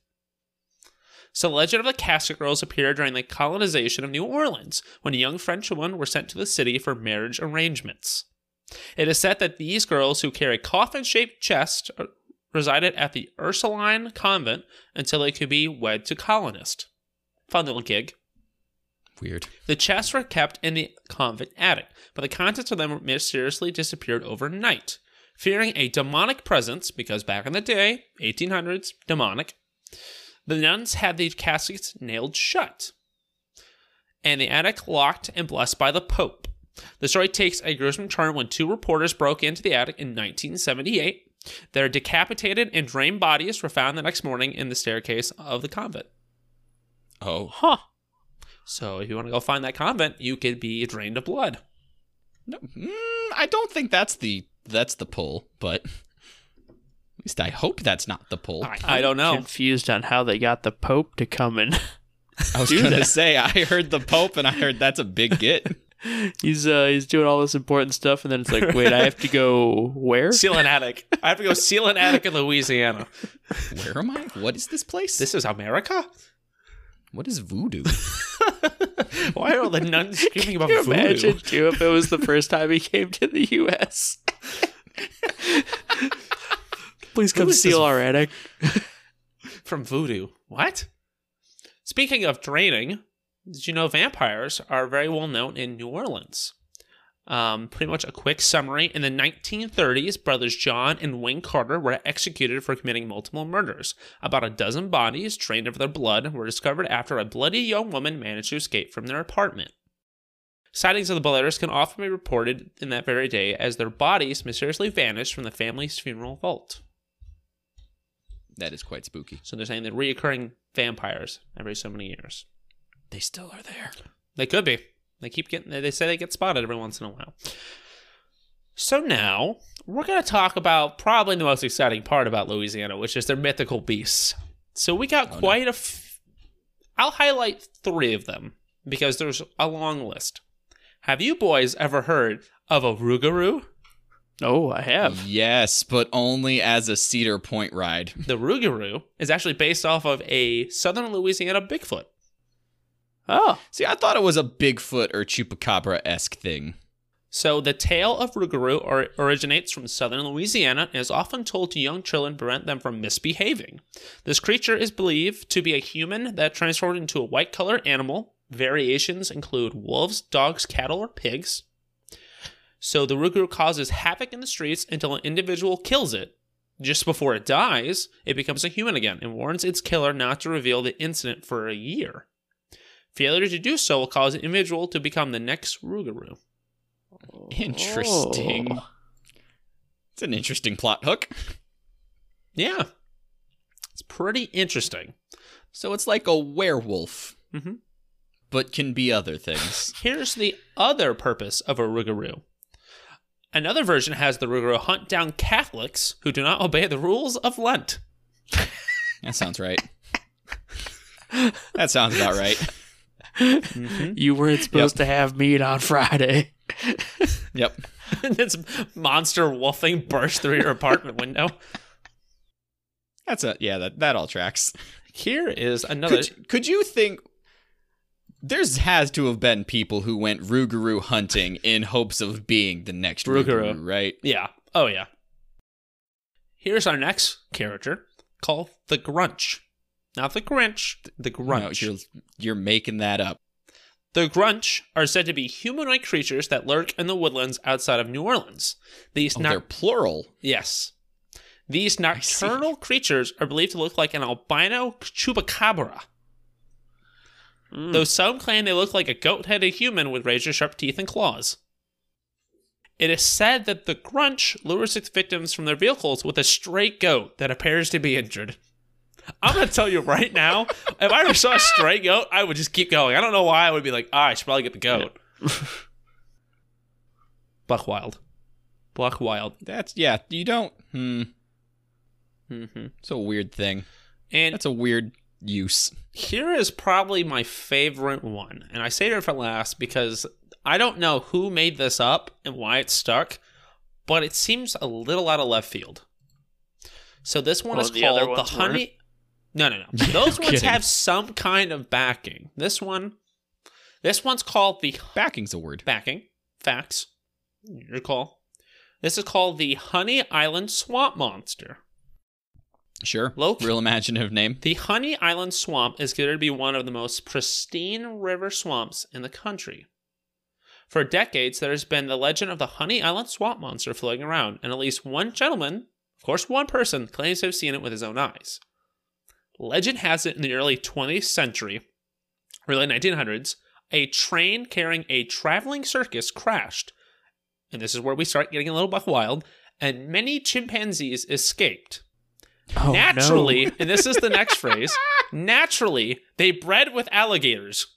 Speaker 1: So the legend of the casket girls appeared during the colonization of New Orleans when young French women were sent to the city for marriage arrangements. It is said that these girls who carry coffin-shaped chests uh, resided at the Ursuline convent until they could be wed to colonists. Fun little gig.
Speaker 3: Weird.
Speaker 1: The chests were kept in the convent attic, but the contents of them mysteriously disappeared overnight. Fearing a demonic presence, because back in the day, 1800s, demonic, the nuns had the caskets nailed shut and the attic locked and blessed by the Pope. The story takes a gruesome turn when two reporters broke into the attic in 1978. Their decapitated and drained bodies were found the next morning in the staircase of the convent.
Speaker 3: Oh,
Speaker 1: Huh. So if you want to go find that convent, you could be drained of blood.
Speaker 3: no, mm, I don't think that's the that's the pull, but at least I hope that's not the pull. I,
Speaker 1: I
Speaker 4: Oh.
Speaker 1: don't know.
Speaker 4: Confused on how they got the Pope to come and
Speaker 3: was
Speaker 4: do
Speaker 3: gonna
Speaker 4: that.
Speaker 3: say I heard the Pope, and I heard that's a big get.
Speaker 4: he's uh, he's doing all this important stuff, and then it's like, wait, I have to go where?
Speaker 1: Seal an attic. I have to go seal an attic in Louisiana.
Speaker 3: Where am I? What is this place?
Speaker 1: This is America?
Speaker 3: what is voodoo?
Speaker 1: Why are all the nuns screaming about
Speaker 4: Can you
Speaker 1: voodoo?
Speaker 4: imagine too if it was the first time he came to the U.S. Please come
Speaker 1: is this-
Speaker 4: steal our attic.
Speaker 1: From voodoo. What? Speaking of draining, did you know vampires are very well known in New Orleans? Um, pretty much a quick summary. In the 1930s, brothers John and Wayne Carter were executed for committing multiple murders. About a dozen bodies, drained of their blood, were discovered after a bloody young woman managed to escape from their apartment. Sightings of the Boleros can often be reported in that very day as their bodies mysteriously vanished from the family's funeral vault.
Speaker 3: that is quite spooky.
Speaker 1: So they're saying they're reoccurring vampires every so many years.
Speaker 3: They still are there.
Speaker 1: They could be. They keep getting. They say they get spotted every once in a while. So now we're going to talk about probably the most exciting part about Louisiana, which is their mythical beasts. So we got
Speaker 3: Oh, no.
Speaker 1: quite a. F- I'll highlight three of them because there's a long list. Have you boys ever heard of a rougarou?
Speaker 4: Oh, I have.
Speaker 3: Yes, but only as a Cedar Point ride.
Speaker 1: The rougarou is actually based off of a southern Louisiana Bigfoot.
Speaker 4: Oh,
Speaker 3: See, I thought it was a Bigfoot or Chupacabra esque thing.
Speaker 1: So the tale of Rougarou or- originates from southern Louisiana and is often told to young children to prevent them from misbehaving. This creature is believed to be a human that transformed into a white colored animal. Variations include wolves, dogs, cattle, or pigs. So the Rougarou causes havoc in the streets until an individual kills it. Just before it dies, it becomes a human again and warns its killer not to reveal the incident for a year. Failure to do so will cause an individual to become the next Rougarou.
Speaker 3: Oh. Interesting.
Speaker 4: Oh.
Speaker 3: It's an interesting plot hook.
Speaker 1: Yeah. It's pretty interesting.
Speaker 3: So it's like a werewolf,
Speaker 1: Mhm.
Speaker 3: but can be other things.
Speaker 1: Here's the other purpose of a Rougarou. Another version has the Rougarou hunt down Catholics who do not obey the rules of Lent.
Speaker 3: that sounds right. that sounds about right. Mm-hmm.
Speaker 1: Mhm.
Speaker 4: You weren't supposed to have meat on Friday.
Speaker 3: Yep.
Speaker 1: this monster wolfing burst through your apartment window.
Speaker 3: That's a yeah, that, that all tracks.
Speaker 1: Here is another.
Speaker 3: Could, could you think there's has to have been people who went Ruguru hunting in hopes of being the next
Speaker 1: Rougarou.
Speaker 3: Ruguru, right?
Speaker 1: Yeah. Oh, yeah. Here's our next character called the Grunch. Not the Grinch, the
Speaker 3: No,
Speaker 1: Grunch.
Speaker 3: you're you're making that up.
Speaker 1: The Grunch are said to be humanoid creatures that lurk in the woodlands outside of New Orleans. These
Speaker 3: Oh,
Speaker 1: not
Speaker 3: they're plural.
Speaker 1: Yes. These
Speaker 3: see.
Speaker 1: nocturnal creatures are believed to look like an albino chupacabra, though some claim they look like a goat headed human with razor sharp teeth and claws. It is said that the Grunch lures its victims from their vehicles with a stray goat that appears to be injured. I'm going to tell you right now, if I ever saw a stray goat, I would just keep going. I don't know why I would be like, ah, I should probably get the goat. Buck Wild. Buck Wild.
Speaker 3: That's yeah, you don't hmm.
Speaker 1: Mm-hmm.
Speaker 3: It's a weird thing.
Speaker 1: And
Speaker 3: That's a weird use.
Speaker 1: Here is probably my favorite one, and I saved it for last because I don't know who made this up and why it stuck, but it seems a little out of left field. So this one
Speaker 4: Well,
Speaker 1: is
Speaker 4: the other
Speaker 1: called the
Speaker 4: ones
Speaker 1: honey. No, no, no. Those ones
Speaker 3: kidding.
Speaker 1: have some kind of backing. This one, this one's called the
Speaker 3: Backing's a word.
Speaker 1: backing facts. Your call. This is called the Honey Island Swamp Monster.
Speaker 3: Sure.
Speaker 1: Loki.
Speaker 3: Real imaginative name.
Speaker 1: The Honey Island Swamp is considered to be one of the most pristine river swamps in the country. For decades, there has been the legend of the Honey Island Swamp Monster floating around, and at least one gentleman, of course, one person, claims to have seen it with his own eyes. Legend has it in the early 20th century, early 1900s, a train carrying a traveling circus crashed. And this is where we start getting a little buck wild, and many chimpanzees escaped.
Speaker 4: Oh,
Speaker 1: Naturally, and this is the next phrase. Naturally, they bred with alligators.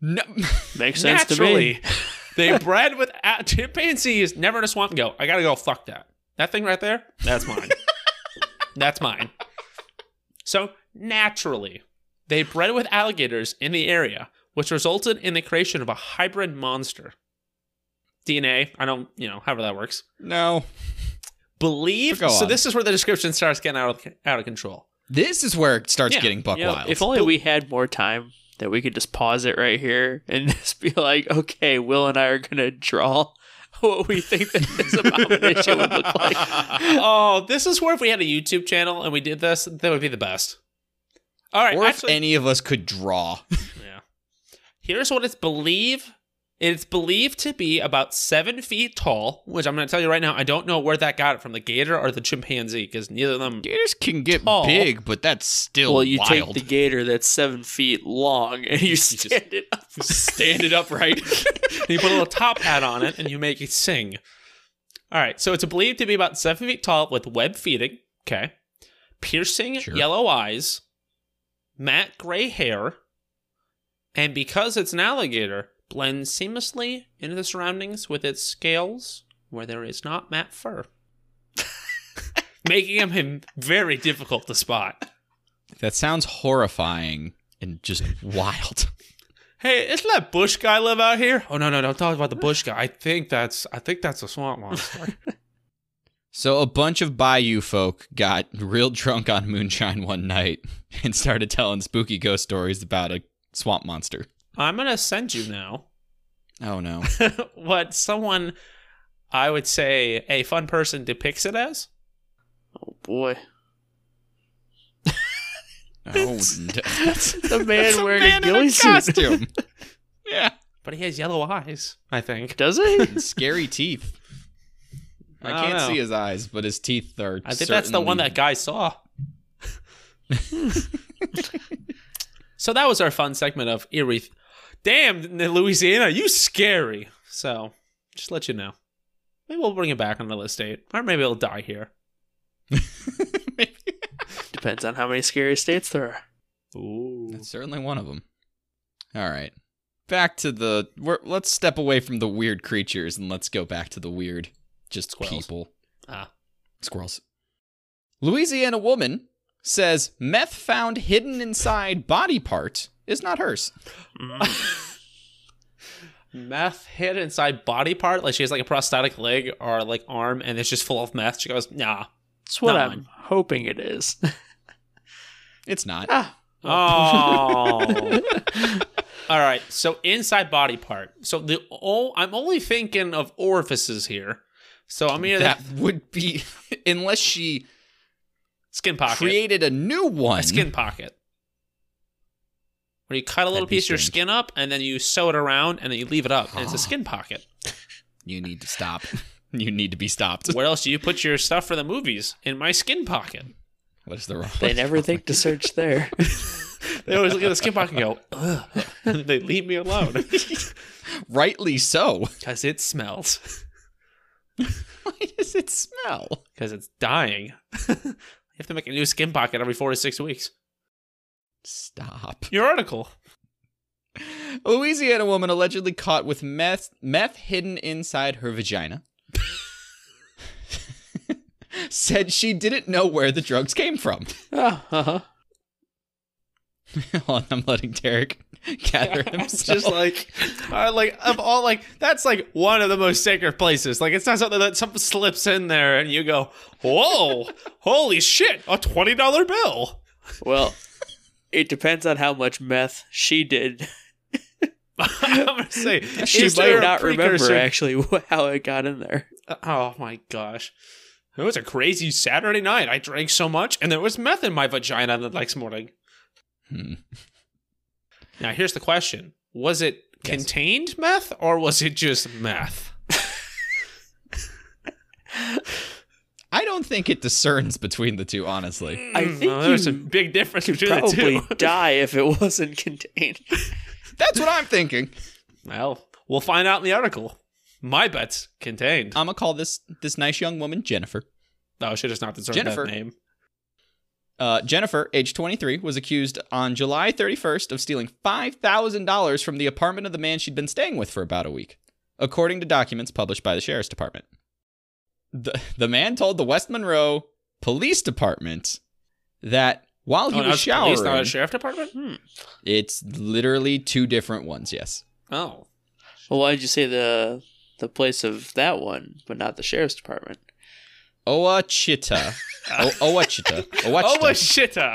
Speaker 3: No.
Speaker 4: makes sense
Speaker 1: naturally,
Speaker 4: to me.
Speaker 1: they bred with a- chimpanzees. Never in a swamp. Go. I gotta go. Fuck that. That thing right there. That's mine. that's mine. So naturally, they bred with alligators in the area, which resulted in the creation of a hybrid monster. DNA. I don't. You know. However that works.
Speaker 3: no.
Speaker 1: Believe.
Speaker 3: Go
Speaker 1: So
Speaker 3: on.
Speaker 1: this is where the description starts getting out of out of control.
Speaker 3: This is where it starts
Speaker 1: Yeah,
Speaker 3: getting buck
Speaker 1: yeah,
Speaker 3: wild.
Speaker 1: if-
Speaker 4: If only we had more time that we could just pause it right here and just be like, okay, Will and I are gonna draw what we think that this abomination would look like.
Speaker 1: oh, this is where if we had a YouTube channel and we did this, that would be the best. All right,
Speaker 3: or if
Speaker 1: actually,
Speaker 3: any of us could draw.
Speaker 1: yeah. Here's what it's believed. It's believed to be about seven feet tall, which I'm going to tell you right now. I don't know where that got it from, the gator or the chimpanzee, because neither of them.
Speaker 3: Gators can get
Speaker 1: Tall.
Speaker 3: big, but that's still
Speaker 4: Well, you
Speaker 3: wild.
Speaker 4: take the gator that's seven feet long and you stand it up.
Speaker 3: Stand it upright.
Speaker 1: You put a little top hat on it, and you make it sing. All right, so it's believed to be about seven feet tall, with web feeding. Okay, piercing
Speaker 3: Sure.
Speaker 1: yellow eyes, matte gray hair, and because it's an alligator, blends seamlessly into the surroundings with its scales where there is not matte fur, making him, him very difficult to spot.
Speaker 3: that sounds horrifying and just wild.
Speaker 1: Hey, isn't that bush guy live out here? Oh no, no, don't talk about the bush guy. I think that's I think that's a swamp monster.
Speaker 3: So a bunch of bayou folk got real drunk on moonshine one night and started telling spooky ghost stories about a swamp monster.
Speaker 1: I'm gonna send you now
Speaker 3: Oh no.
Speaker 1: what someone I would say a fun person depicts it as.
Speaker 4: Oh boy.
Speaker 3: Oh, no.
Speaker 4: The man wearing a ghillie suit.
Speaker 3: costume. yeah.
Speaker 1: But he has yellow eyes, I think.
Speaker 4: Does he?
Speaker 3: Scary teeth. I
Speaker 1: I don't
Speaker 3: can't
Speaker 1: know.
Speaker 3: see his eyes, but his teeth are.
Speaker 1: I think that's the one
Speaker 3: certainly-
Speaker 1: that guy saw. so that was our fun segment of Erie. Damn, Louisiana, you scary. So just let you know. Maybe we'll bring it back on another state, or maybe it'll die here.
Speaker 4: Depends on how many scary states there are.
Speaker 1: Ooh.
Speaker 3: That's certainly one of them. All right. Back to the. We're, let's step away from the weird creatures and let's go back to the weird, just
Speaker 1: Squirrels.
Speaker 3: people.
Speaker 1: Ah.
Speaker 3: Squirrels. Louisiana woman says meth found hidden inside body part is not hers.
Speaker 1: Meth hid inside body part, like she has like a prosthetic leg or like arm, and it's just full of meth. She goes, "Nah,
Speaker 4: That's what
Speaker 1: Not
Speaker 4: I'm hoping it is.
Speaker 3: It's not.
Speaker 4: ah,
Speaker 1: Oh. All right. So inside body part. So the oh, I'm only thinking of orifices here. So I mean uh,
Speaker 3: That would be unless she
Speaker 1: skin pocket.
Speaker 3: created a new one.
Speaker 1: a skin pocket. Where you cut a little
Speaker 3: That'd be
Speaker 1: piece of your
Speaker 3: strange.
Speaker 1: skin up and then you sew it around and then you leave it up and it's a skin pocket.
Speaker 3: You need to stop. You need to be stopped.
Speaker 1: Where else do you put your stuff for the movies? In my skin pocket.
Speaker 3: What is the wrong?
Speaker 4: they never think to search there.
Speaker 1: They always look at the skin pocket and go, ugh. they leave me alone
Speaker 3: Rightly so.
Speaker 1: because it smells.
Speaker 3: Why does it smell?
Speaker 1: Because it's dying. you have to make a new skin pocket every four to six weeks.
Speaker 3: Stop.
Speaker 1: Your article.
Speaker 3: Louisiana woman allegedly caught with meth meth hidden inside her vagina. Said she didn't know where the drugs came from.
Speaker 4: Ah, uh-huh.
Speaker 3: Hold on, I'm letting Derek gather
Speaker 1: It's
Speaker 3: himself.
Speaker 1: just like, I like of all like that's like one of the most sacred places. Like it's not something that something slips in there and you go, whoa, holy shit, a twenty dollar bill.
Speaker 4: Well, it depends on how much meth she did.
Speaker 1: I'm gonna say
Speaker 4: She
Speaker 1: is there
Speaker 4: might
Speaker 1: a
Speaker 4: not remember
Speaker 1: precursor-
Speaker 4: actually wh- how it got in there.
Speaker 1: Oh my gosh. It was a crazy Saturday night. I drank so much, and there was meth in my vagina the next morning.
Speaker 3: Hmm.
Speaker 1: Now, here's the question Was it
Speaker 3: Yes.
Speaker 1: contained meth or was it just meth?
Speaker 3: I don't think it discerns between the two, honestly.
Speaker 4: I think
Speaker 1: Well, Hmm, there's
Speaker 4: you
Speaker 1: a big difference between the
Speaker 4: Probably
Speaker 1: two.
Speaker 4: die if it wasn't contained.
Speaker 3: That's what I'm thinking.
Speaker 1: Well, we'll find out in the article. My bet's
Speaker 4: Uh,
Speaker 1: contained.
Speaker 3: I'm gonna call this this nice young woman Jennifer.
Speaker 1: oh, should just not deserve
Speaker 3: Jennifer.
Speaker 1: that name.
Speaker 3: Uh, Jennifer, age 23, was accused on July 31st of stealing $5,000 from the apartment of the man she'd been staying with for about a week, according to documents published by the sheriff's department. The, the man told the West Monroe Police Department that while he
Speaker 1: oh,
Speaker 3: was
Speaker 1: no, it's police,
Speaker 3: showering,
Speaker 1: not a sheriff department? Hmm.
Speaker 3: it's literally two different ones, yes.
Speaker 1: Oh.
Speaker 4: Well, why did you say the the place of that one, but not the sheriff's department?
Speaker 3: Owachita. o- Owachita. Owachita.
Speaker 1: Oh, a shitta.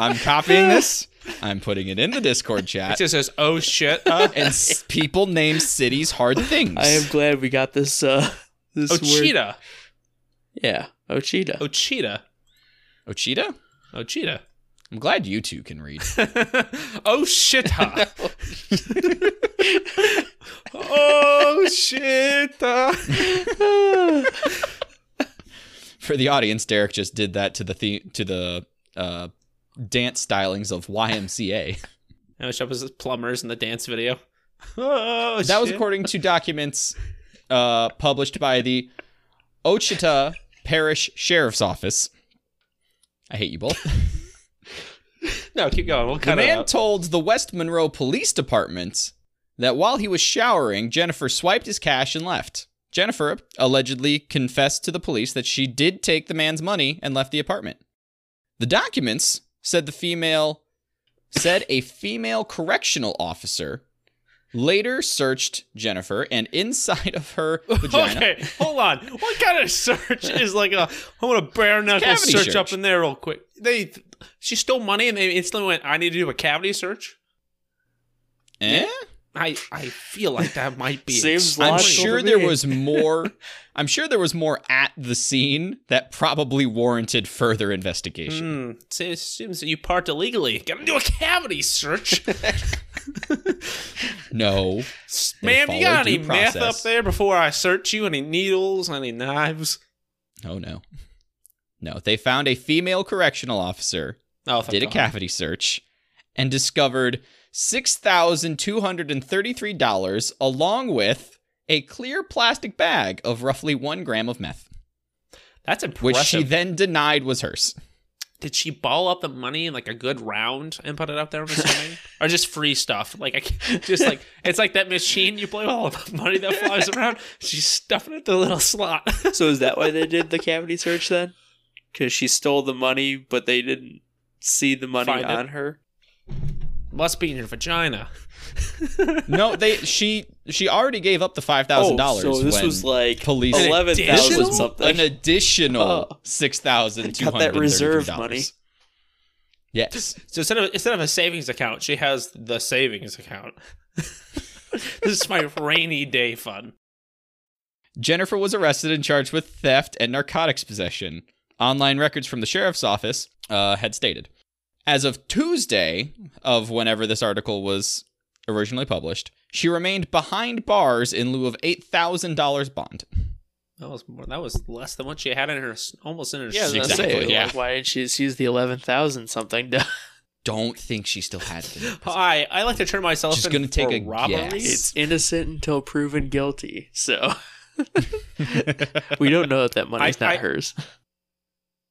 Speaker 3: I'm copying this. I'm putting it in the Discord
Speaker 1: it
Speaker 3: chat.
Speaker 1: just says, oh, shit.
Speaker 3: and s- people name cities hard things.
Speaker 4: I am glad we got this. uh This
Speaker 1: oh,
Speaker 4: word.
Speaker 1: cheetah.
Speaker 4: Yeah, Ochita.
Speaker 1: Oh, cheetah.
Speaker 3: Ochita?
Speaker 1: Oh, cheetah.
Speaker 3: I'm glad you two can read.
Speaker 1: oh, shitta. oh, shitta.
Speaker 3: For the audience, Derek just did that to the the- to the uh, dance stylings of YMCA.
Speaker 1: I wish I was plumbers in the dance video. Oh,
Speaker 3: that was
Speaker 1: shit.
Speaker 3: according to documents uh, published by the Ochita Parish Sheriff's Office. I hate you both.
Speaker 1: No, keep going. We'll
Speaker 3: The
Speaker 1: cut it
Speaker 3: man
Speaker 1: out.
Speaker 3: told the West Monroe Police Department that while he was showering, Jennifer swiped his cash and left. Jennifer allegedly confessed to the police that she did take the man's money and left the apartment. The documents said the female said a female correctional officer later searched Jennifer and inside of her vagina.
Speaker 1: Okay, hold on. What kind of search is like a? I want a bare knuckle
Speaker 3: Cavity
Speaker 1: search,
Speaker 3: search.
Speaker 1: up in there real quick. They, she stole money and they instantly went. I need to do a cavity search.
Speaker 3: Eh?
Speaker 1: I I feel like that might be.
Speaker 4: Seems
Speaker 1: extremely-
Speaker 3: I'm
Speaker 4: Logical
Speaker 3: sure
Speaker 4: to
Speaker 3: there
Speaker 4: me.
Speaker 3: was more. I'm sure there was more at the scene that probably warranted further investigation.
Speaker 1: Hmm, seems, seems that you parked illegally. Gotta do a cavity search.
Speaker 3: No.
Speaker 1: Ma'am, you
Speaker 3: follow
Speaker 1: got any
Speaker 3: due
Speaker 1: meth up
Speaker 3: process.
Speaker 1: there before I search you? Any needles? Any knives?
Speaker 3: Oh no. No, they found a female correctional officer,
Speaker 1: Oh, thank
Speaker 3: did a
Speaker 1: God.
Speaker 3: cavity search, and discovered $6,233 along with a clear plastic bag of roughly one gram of meth,
Speaker 1: That's
Speaker 3: which
Speaker 1: impressive.
Speaker 3: she then denied was hers.
Speaker 1: did she ball up the money in like a good round and put it up there? I'm assuming, or just free stuff? Like I can't- just like it's like that machine you play with all the money that flies around. She's stuffing it to the little slot.
Speaker 4: So is that why they did the cavity search then? because she stole the money, but they didn't see the money
Speaker 1: Find it.
Speaker 4: on her.
Speaker 1: Must be in your vagina.
Speaker 3: no, they she she already gave up the five thousand
Speaker 4: Oh,
Speaker 3: dollars.
Speaker 4: so this was like
Speaker 3: police- An
Speaker 4: eleven
Speaker 1: additional-
Speaker 4: thousand something.
Speaker 3: an additional
Speaker 4: Oh.
Speaker 3: six thousand two
Speaker 4: Got
Speaker 3: hundred
Speaker 4: that reserve money.
Speaker 3: dollars. Yes,
Speaker 1: So instead of instead of a savings account, she has the savings account. this is my rainy day fund.
Speaker 3: Jennifer was arrested and charged with theft and narcotics possession. Online records from the sheriff's office uh, had stated. As of Tuesday of whenever this article was originally published, she remained behind bars in lieu of eight thousand dollars bond.
Speaker 1: That was more. That was less than what she had in her almost in her.
Speaker 4: Yeah, I was gonna
Speaker 3: Exactly,
Speaker 4: say, like,
Speaker 3: yeah.
Speaker 4: why didn't she just use the eleven thousand something? To-
Speaker 3: Don't think she still had it.
Speaker 1: I I like to turn myself.
Speaker 3: Just
Speaker 1: in
Speaker 3: gonna take
Speaker 1: for
Speaker 3: a
Speaker 1: robbery.
Speaker 3: guess.
Speaker 4: it's innocent until proven guilty. So we don't know that that money's
Speaker 1: I-
Speaker 4: not
Speaker 1: I-
Speaker 4: hers.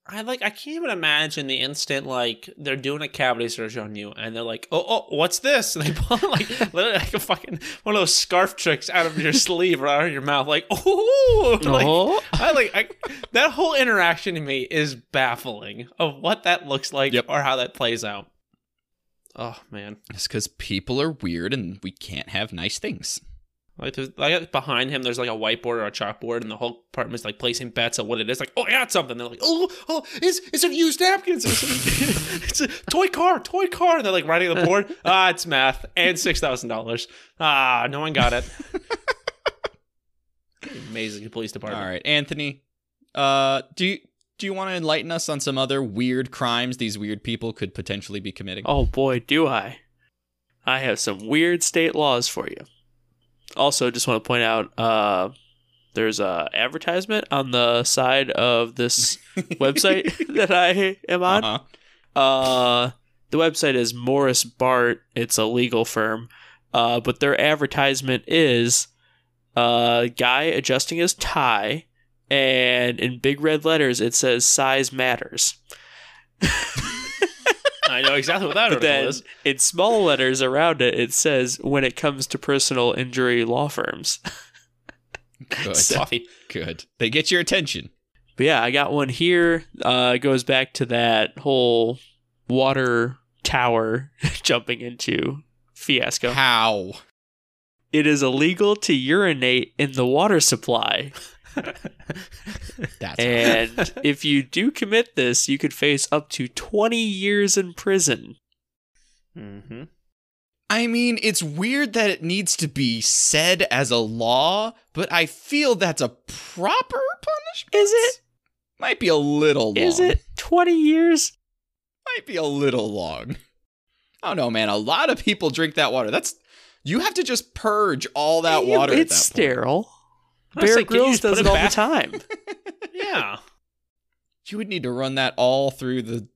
Speaker 1: I like. I can't even imagine the instant like they're doing a cavity search on you, and they're like, "Oh, oh what's this?" And they pull like literally like a fucking one of those scarf tricks out of your sleeve or out of your mouth, like, "Oh, like,
Speaker 4: Oh,
Speaker 1: I like I, that whole interaction to me is baffling of what that looks like
Speaker 3: Yep.
Speaker 1: or how that plays out. Oh man,
Speaker 3: It's because people are weird and we can't have nice things.
Speaker 1: like there's- like behind him, there's like a whiteboard or a chalkboard, and the whole apartment is like placing bets on what it is. Like, oh, I got something. They're like, oh, oh, it's it's a used napkins. It's a, it's a toy car, toy car. And they're like writing on the board. Ah, it's math and six thousand dollars. Ah, no one got it. Amazing police department.
Speaker 3: All right, Anthony, uh, do you do you want to enlighten us on some other weird crimes these weird people could potentially be committing?
Speaker 4: oh boy, do I! I have some weird state laws for you. Also, just want to point out, uh, there's a advertisement on the side of this website that I am on.
Speaker 3: Uh-huh.
Speaker 4: Uh, the website is Morris Bart. It's a legal firm. Uh, but their advertisement is a guy adjusting his tie, and in big red letters it says "size matters."
Speaker 1: I know exactly what that
Speaker 4: But
Speaker 1: article
Speaker 4: then
Speaker 1: is.
Speaker 4: in small letters around it, it says "when it comes to personal injury law firms."
Speaker 3: Good.
Speaker 1: Coffee.
Speaker 3: Good. They get your attention.
Speaker 4: But yeah, I got one here. Uh, it goes back to that whole water tower jumping into fiasco.
Speaker 3: How?
Speaker 4: it is illegal to urinate in the water supply.
Speaker 3: That's
Speaker 4: And if you do commit this, you could face up to 20 years in prison.
Speaker 1: Mm-hmm.
Speaker 3: I mean, it's weird that it needs to be said as a law, but I feel that's a proper punishment.
Speaker 4: Is it?
Speaker 3: Might be a little long.
Speaker 4: Is it 20 years?
Speaker 3: Might be a little long. I don't know, man. A lot of people drink that water. That's you have to just purge all that
Speaker 4: Yeah,
Speaker 3: water.
Speaker 4: It's
Speaker 3: at that point.
Speaker 4: sterile.
Speaker 1: I was
Speaker 4: Bear
Speaker 1: like, can you
Speaker 4: Grylls
Speaker 1: just put
Speaker 4: does
Speaker 1: it
Speaker 4: it all
Speaker 1: back?
Speaker 4: the time.
Speaker 1: Yeah.
Speaker 3: You would need to run that all through the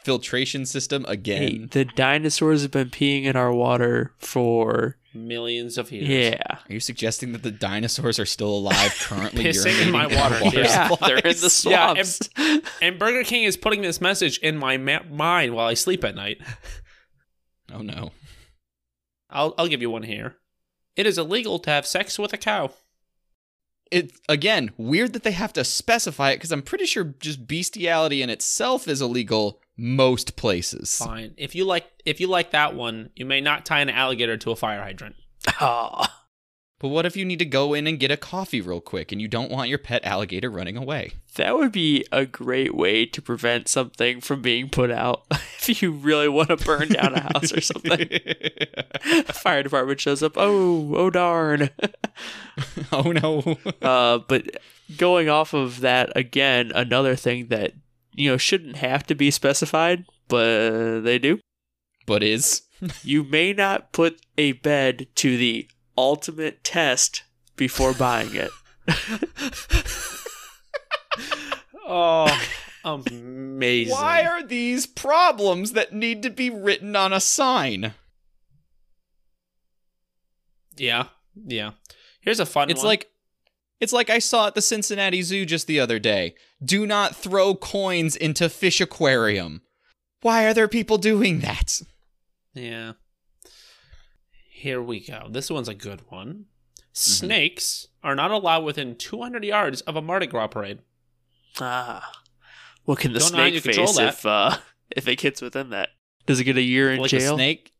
Speaker 3: filtration system
Speaker 4: hey,
Speaker 3: again.
Speaker 4: the dinosaurs have been peeing in our water for
Speaker 1: Millions of years.
Speaker 4: yeah.
Speaker 3: Are you suggesting that the dinosaurs are still alive currently?
Speaker 1: Pissing in my
Speaker 3: urinating at
Speaker 1: water,
Speaker 3: supplies?
Speaker 4: Yeah, they're in the
Speaker 1: Yeah, and-
Speaker 4: swamps.
Speaker 1: And Burger King is putting this message in my ma- mind while I sleep at night.
Speaker 3: Oh no.
Speaker 1: I'll, I'll give you one here. It is illegal to have sex with a cow.
Speaker 3: It again, weird that they have to specify it because I'm pretty sure just bestiality in itself is illegal most places.
Speaker 1: Fine. If you like if you like that one, you may not tie an alligator to a fire hydrant.
Speaker 4: Aw.
Speaker 3: But what if you need to go in and get a coffee real quick and you don't want your pet alligator running away?
Speaker 4: that would be a great way to prevent something from being put out if you really want to burn down a house or something. fire department shows up. Oh, oh darn.
Speaker 3: oh no.
Speaker 4: Uh, but going off of that again, another thing that you know shouldn't have to be specified, but they do.
Speaker 3: but is
Speaker 4: You may not put a bed to the ultimate test before buying it.
Speaker 1: Oh, amazing.
Speaker 3: why are these problems that need to be written on a sign?
Speaker 1: yeah. Yeah. Here's a fun
Speaker 3: It's
Speaker 1: one.
Speaker 3: like it's like I saw at the Cincinnati Zoo just the other day. Do not throw coins into fish aquarium. Why are there people doing that?
Speaker 1: Yeah. Here we go. This one's a good one.
Speaker 4: Mm-hmm.
Speaker 1: Snakes are not allowed within 200 yards of a Mardi Gras parade.
Speaker 4: Ah. What can the
Speaker 1: Don't know how you
Speaker 4: snake
Speaker 1: control
Speaker 4: face
Speaker 1: that.
Speaker 4: if uh, if it gets within that? Does it get a year in
Speaker 3: Like a
Speaker 4: jail?
Speaker 3: snake?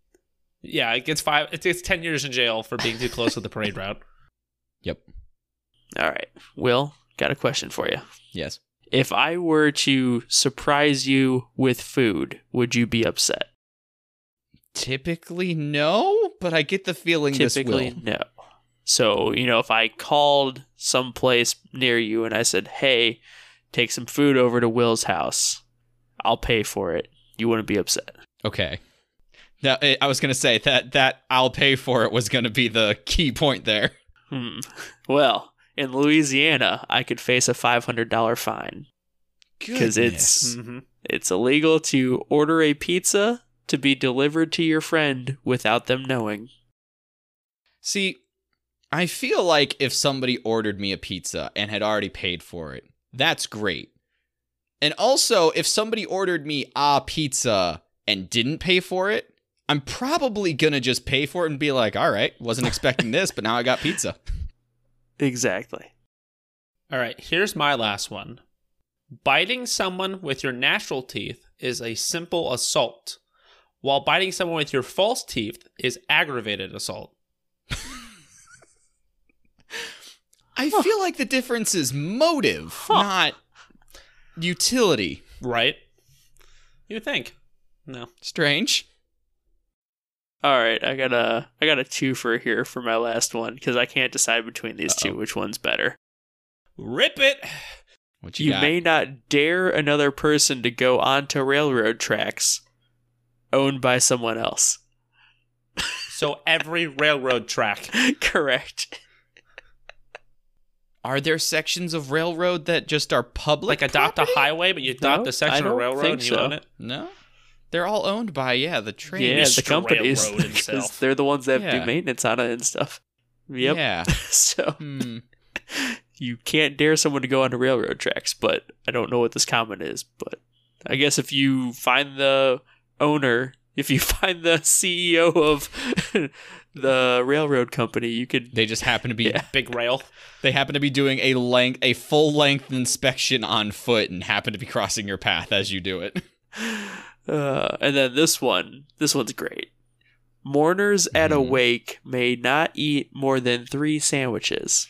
Speaker 1: Yeah, it gets five. It gets ten years in jail for being too close to the parade route.
Speaker 4: All right, Will, got a question for you.
Speaker 3: Yes.
Speaker 4: If I were to surprise you with food, would you be upset?
Speaker 3: Typically, no, but I get the feeling
Speaker 4: Typically,
Speaker 3: this will.
Speaker 4: no. So you know, if I called someplace near you and I said, "Hey, take some food over to Will's house," I'll pay for it. You wouldn't be upset.
Speaker 3: Okay. Now, eh, I was going to say that that I'll pay for it was going to be the key point there.
Speaker 4: Hmm. Well, in Louisiana, I could face a five hundred dollar fine because it's
Speaker 1: Mm-hmm.
Speaker 4: it's illegal to order a pizza to be delivered to your friend without them knowing.
Speaker 3: See, I feel like if somebody ordered me a pizza and had already paid for it, that's great. And also, if somebody ordered me a pizza and didn't pay for it, I'm probably going to just pay for it and be like, all right, wasn't expecting this, but now I got pizza.
Speaker 4: Exactly.
Speaker 1: All right, here's my last one. Biting someone with your natural teeth is a simple assault, while biting someone with your false teeth is aggravated assault.
Speaker 3: I feel like the difference is motive, not utility.
Speaker 1: Right? You would think. No.
Speaker 3: Strange.
Speaker 4: All right, I got a I got a twofer here for my last one because I can't decide between these two which one's better.
Speaker 1: Rip it.
Speaker 3: What
Speaker 4: You may not dare another person to go onto railroad tracks owned by someone else.
Speaker 1: So every railroad track.
Speaker 4: Correct.
Speaker 3: Are there sections of railroad that just are public?
Speaker 1: Like adopt a
Speaker 3: property?
Speaker 1: highway, but you adopt
Speaker 4: No,
Speaker 1: a section
Speaker 4: I
Speaker 1: of
Speaker 4: don't
Speaker 1: railroad
Speaker 4: think
Speaker 1: and you
Speaker 4: so.
Speaker 1: own it.
Speaker 3: No, they're all owned by yeah the train.
Speaker 4: yeah, the
Speaker 1: Mr.
Speaker 4: companies.
Speaker 1: Railroad
Speaker 4: 'cause
Speaker 1: himself.
Speaker 4: They're the ones that
Speaker 3: Yeah.
Speaker 4: do maintenance on it and stuff. Yep.
Speaker 3: Yeah.
Speaker 4: so
Speaker 3: Hmm.
Speaker 4: you can't dare someone to go onto railroad tracks, but I don't know what this comment is, but I guess if you find the owner, if you find the CEO of the railroad company, you could
Speaker 3: They just happen to be
Speaker 4: Yeah.
Speaker 1: Big rail.
Speaker 3: they happen to be doing a length a full length inspection on foot and happen to be crossing your path as you do it.
Speaker 4: Uh, and then this one, this one's great. Mourners at a
Speaker 3: Mhm.
Speaker 4: wake may not eat more than three sandwiches.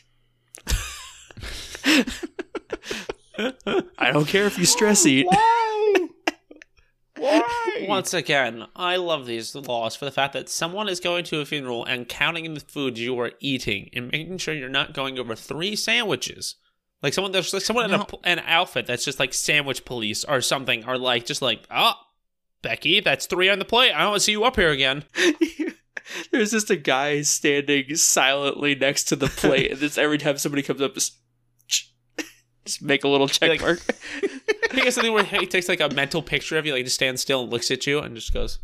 Speaker 4: I don't care if you stress eat.
Speaker 3: Why? Why?
Speaker 1: Once again, I love these laws for the fact that someone is going to a funeral and counting the food you are eating and making sure you're not going over three sandwiches. Like someone, there's like someone in
Speaker 3: No.
Speaker 1: a, pl- an outfit that's just like sandwich police or something, or like just like, oh, Becky, that's three on the plate. I don't want to see you up here again.
Speaker 4: There's just a guy standing silently next to the plate, and this every time somebody comes up, just, just make a little check
Speaker 1: Like-
Speaker 4: mark.
Speaker 1: I think it's something where he takes like a mental picture of you, like just stands still and looks at you and just goes,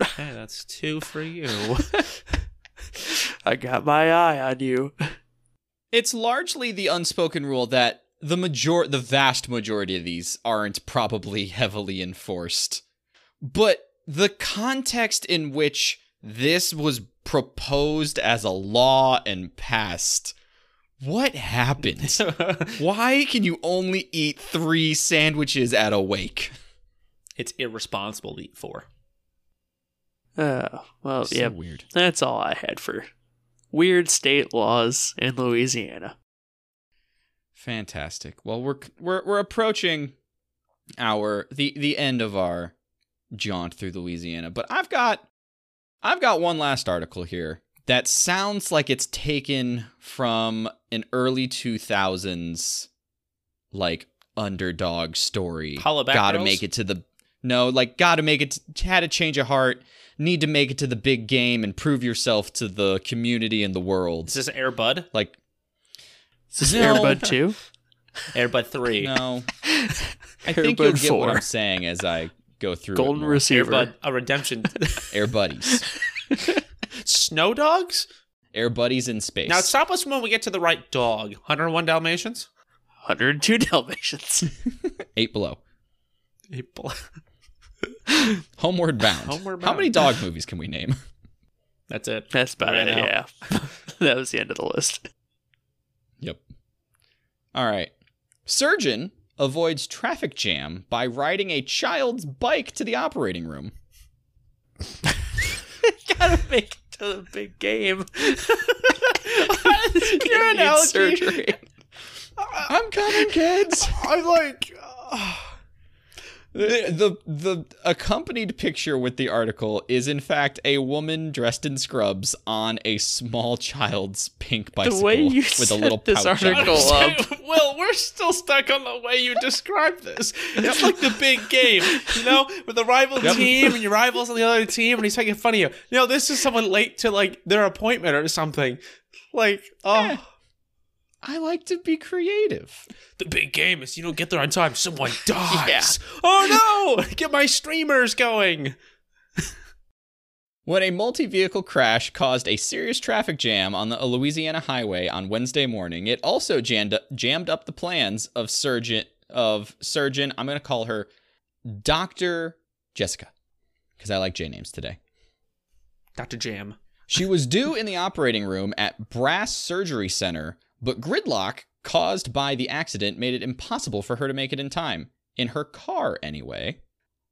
Speaker 1: "Hey, that's two for you."
Speaker 4: I got my eye on you.
Speaker 3: It's largely the unspoken rule that the major the vast majority of these aren't probably heavily enforced. But the context in which this was proposed as a law and passed, what happened? Why can you only eat 3 sandwiches at a wake?
Speaker 1: it's irresponsible to eat four.
Speaker 4: Oh, well,
Speaker 3: So
Speaker 4: yeah,
Speaker 3: weird.
Speaker 4: That's all I had for weird state laws in Louisiana.
Speaker 3: Fantastic. Well, we're we're we're approaching our the the end of our jaunt through Louisiana, but I've got I've got one last article here that sounds like it's taken from an early 2000s like underdog story.
Speaker 1: Holla back,
Speaker 3: Got to
Speaker 1: girls?
Speaker 3: make it to the no, like got to make it to, had a change of heart, need to make it to the big game and prove yourself to the community and the world.
Speaker 1: Is this Air Bud?
Speaker 3: Like
Speaker 4: Is this
Speaker 3: No.
Speaker 4: Airbud 2?
Speaker 1: Air Bud three.
Speaker 3: no. I
Speaker 4: Air
Speaker 3: think you'll
Speaker 4: Bud
Speaker 3: get what
Speaker 4: 4.
Speaker 3: I'm saying as I go through.
Speaker 4: Golden
Speaker 3: it more.
Speaker 1: Air
Speaker 4: receiver.
Speaker 1: Bud, a redemption.
Speaker 3: Air buddies,
Speaker 1: Snow dogs?
Speaker 3: air buddies in space.
Speaker 1: Now stop us when we get to the right dog. 101 Dalmatians?
Speaker 4: 102 Dalmatians.
Speaker 3: eight below.
Speaker 1: People-
Speaker 3: Homeward bound.
Speaker 1: Homeward
Speaker 3: How
Speaker 1: Bound.
Speaker 3: many dog movies can we name?
Speaker 1: That's it.
Speaker 4: That's about
Speaker 1: Right
Speaker 4: it,
Speaker 1: now.
Speaker 4: yeah. that was the end of the list.
Speaker 3: Yep. All right. Surgeon avoids traffic jam by riding a child's bike to the operating room.
Speaker 4: Gotta make it to the big game.
Speaker 3: Your
Speaker 4: You're
Speaker 3: analogy-
Speaker 4: surgery.
Speaker 3: I'm coming, kids.
Speaker 1: I'm like,
Speaker 3: The, the the accompanied picture with the article is in fact a woman dressed in scrubs on a small child's pink bicycle
Speaker 4: The way you
Speaker 3: with a
Speaker 4: set
Speaker 3: little
Speaker 4: this
Speaker 3: pouch on it.
Speaker 4: article up,
Speaker 1: Will, we're still stuck on the way you described this. It's like the big game, you know, with the rival team and your rivals on the other team, and he's making fun of you. You know, this is someone late to like their appointment or something. Like, oh,
Speaker 3: Eh. I like to be creative.
Speaker 1: the big game is you don't get there on time, someone dies. Oh no! Get my streamers going.
Speaker 3: When a multi vehicle crash caused a serious traffic jam on the uh, Louisiana highway on Wednesday morning, it also jammed up, jammed up the plans of surgeon of surgeon. I'm going to call her Doctor Jessica because I like J names today.
Speaker 1: Dr. Jam.
Speaker 3: She was due in the operating room at Brass Surgery Center, but gridlock caused by the accident made it impossible for her to make it in time, in her car anyway.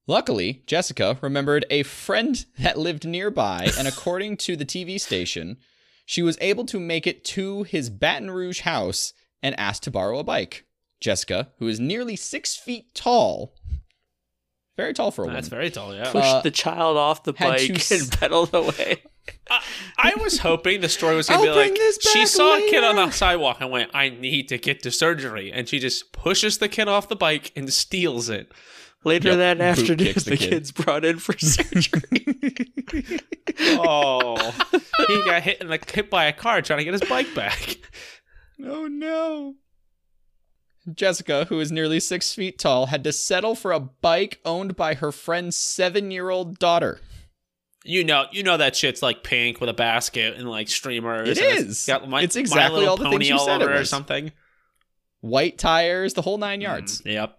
Speaker 3: Luckily, Jessica remembered a friend that lived nearby, and according to the TV station, she was able to make it to his Baton Rouge house and asked to borrow a bike. Jessica, who is nearly six feet tall, very tall for a woman.
Speaker 1: That's very tall, yeah.
Speaker 4: push
Speaker 3: Uh,
Speaker 4: the child off the
Speaker 3: had
Speaker 4: bike
Speaker 3: you s-
Speaker 4: and pedaled away.
Speaker 1: I, I was hoping the story was gonna
Speaker 3: I'll
Speaker 1: be like
Speaker 3: bring this
Speaker 1: she
Speaker 3: back
Speaker 1: saw a kid
Speaker 3: later.
Speaker 1: on the sidewalk and went, "I need to get to surgery," and she just pushes the kid off the bike and steals it.
Speaker 4: Later
Speaker 3: Yep,
Speaker 4: that
Speaker 3: boot
Speaker 4: afternoon,
Speaker 3: kicks
Speaker 4: the,
Speaker 3: the kid.
Speaker 4: kid's brought in for surgery.
Speaker 1: Oh, he got hit in the hit by a car trying to get his bike back.
Speaker 3: Oh no. Jessica, who is nearly six feet tall, had to settle for a bike owned by her friend's seven year old daughter.
Speaker 1: You know, you know that shit's like pink with a basket and like streamers.
Speaker 3: It
Speaker 1: and
Speaker 3: is.
Speaker 1: got my,
Speaker 3: It's
Speaker 1: My
Speaker 3: exactly
Speaker 1: Little
Speaker 3: all the things
Speaker 1: Pony
Speaker 3: you
Speaker 1: all
Speaker 3: said it
Speaker 1: over it or
Speaker 3: was.
Speaker 1: something.
Speaker 3: White tires, the whole nine yards.
Speaker 1: Mm, yep.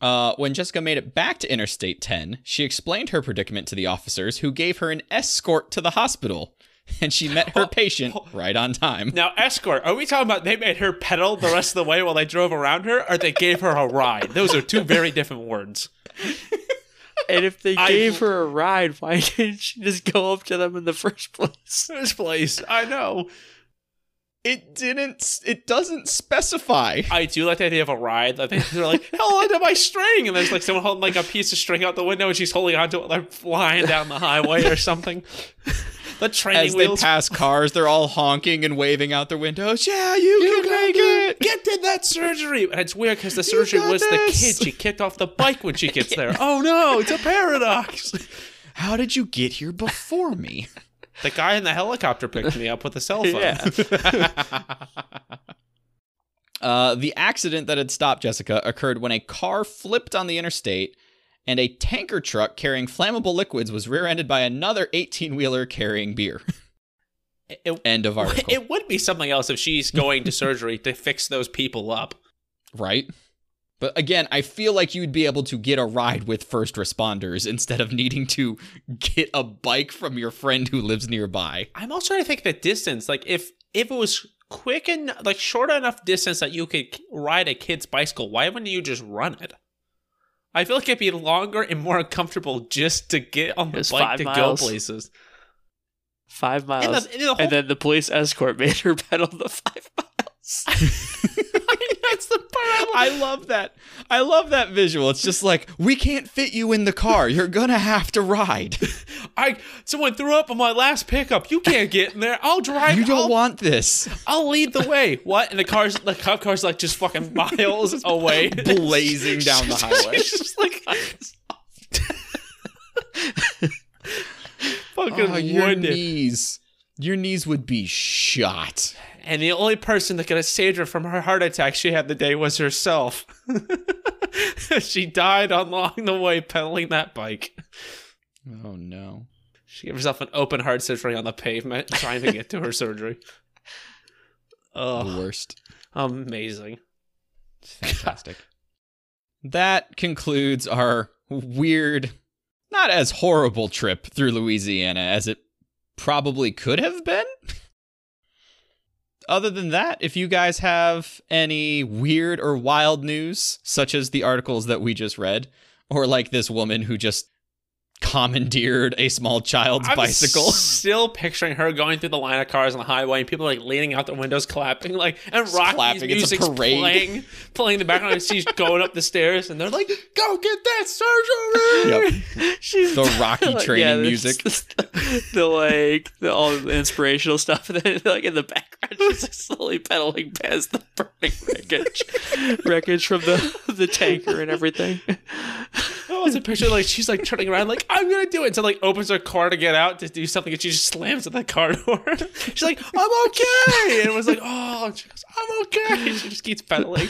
Speaker 3: Uh, when Jessica made it back to Interstate 10, she explained her predicament to the officers, who gave her an escort to the hospital. And she met her patient right on time.
Speaker 1: Now, escort. Are we talking about they made her pedal the rest of the way while they drove around her, or they gave her a ride? Those are two very different words.
Speaker 4: and if they
Speaker 1: I-
Speaker 4: gave her a ride, why didn't she just go up to them in the first place?
Speaker 1: This place, I know.
Speaker 3: It didn't. It doesn't specify.
Speaker 1: I do like the idea of a ride. Like they're like, held onto my string, and there's like someone holding like a piece of string out the window, and she's holding onto it, like flying down the highway or something. The training
Speaker 3: As they
Speaker 1: wheels.
Speaker 3: pass cars, they're all honking and waving out their windows. Yeah, you, can make it.
Speaker 1: Get to that surgery, and it's weird because the surgery
Speaker 3: got
Speaker 1: was
Speaker 3: this.
Speaker 1: the kid she kicked off the bike when she gets there. Oh no, it's a paradox.
Speaker 3: How did you get here before me?
Speaker 1: the guy in the helicopter picked me up with a cell phone.
Speaker 4: Yeah.
Speaker 3: Uh, the accident that had stopped Jessica occurred when a car flipped on the interstate and a tanker truck carrying flammable liquids was rear ended by another 18 wheeler carrying beer.
Speaker 1: It- it-
Speaker 3: End of article.
Speaker 1: it would be something else if she's going to surgery to fix those people up.
Speaker 3: right? But again, I feel like you'd be able to get a ride with first responders instead of needing to get a bike from your friend who lives nearby.
Speaker 1: I'm also trying to think the distance. Like if if it was quick and like short enough distance that you could ride a kid's bicycle, why wouldn't you just run it? I feel like it'd be longer and more uncomfortable just to get on the
Speaker 4: It's
Speaker 1: bike
Speaker 4: five
Speaker 1: to
Speaker 4: miles.
Speaker 1: go places.
Speaker 4: Five miles.
Speaker 1: And
Speaker 4: And,
Speaker 1: the, and the whole,
Speaker 4: then the police escort made her pedal the five miles.
Speaker 1: that's the part. I,
Speaker 3: I love that. I love that visual. It's just like, we can't fit you in the car. You're going to have to ride.
Speaker 1: I someone threw up on my last pickup. You can't get in there. I'll drive.
Speaker 3: You don't
Speaker 1: I'll,
Speaker 3: want this.
Speaker 1: I'll lead the way. What? And the cars, the cop cars, like just fucking miles away,
Speaker 3: Blazing down the highway.
Speaker 1: It's just like fucking
Speaker 3: Oh, your
Speaker 1: wounded.
Speaker 3: knees. Your knees would be shot.
Speaker 1: And the only person that could have saved her from her heart attack she had the day was herself. she died along the way pedaling that bike.
Speaker 3: Oh no.
Speaker 1: She gave herself an open heart surgery on the pavement trying to get to her surgery.
Speaker 3: The
Speaker 1: Oh,
Speaker 3: worst.
Speaker 1: amazing.
Speaker 3: Fantastic. that concludes our weird, not as horrible trip through Louisiana as it probably could have been. other than that, if you guys have any weird or wild news, such as the articles that we just read, or like this woman who just commandeered a small child's
Speaker 1: I'm
Speaker 3: bicycle.
Speaker 1: Still picturing her going through the line of cars on the highway and people like leaning out the windows, clapping, like and
Speaker 3: Just
Speaker 1: rocking
Speaker 3: clapping. It's a
Speaker 1: music's
Speaker 3: parade.
Speaker 1: playing, playing in the background. and she's going up the stairs, and they're like, "Go get that surgery!"
Speaker 3: Yep.
Speaker 4: She's
Speaker 3: The Rocky
Speaker 4: like,
Speaker 3: training
Speaker 4: there's
Speaker 3: music.
Speaker 4: The, the, like the, all the inspirational stuff, and then like in the background, she's like, slowly pedaling past the burning wreckage, wreckage from the the tanker and everything.
Speaker 1: Oh, it's a picture like she's like turning around, like I'm gonna do it. So like opens her car to get out to do something, and she just slams at the car door. she's like, "I'm okay," and it was like, "Oh," and she goes, "I'm okay." And she just keeps pedaling.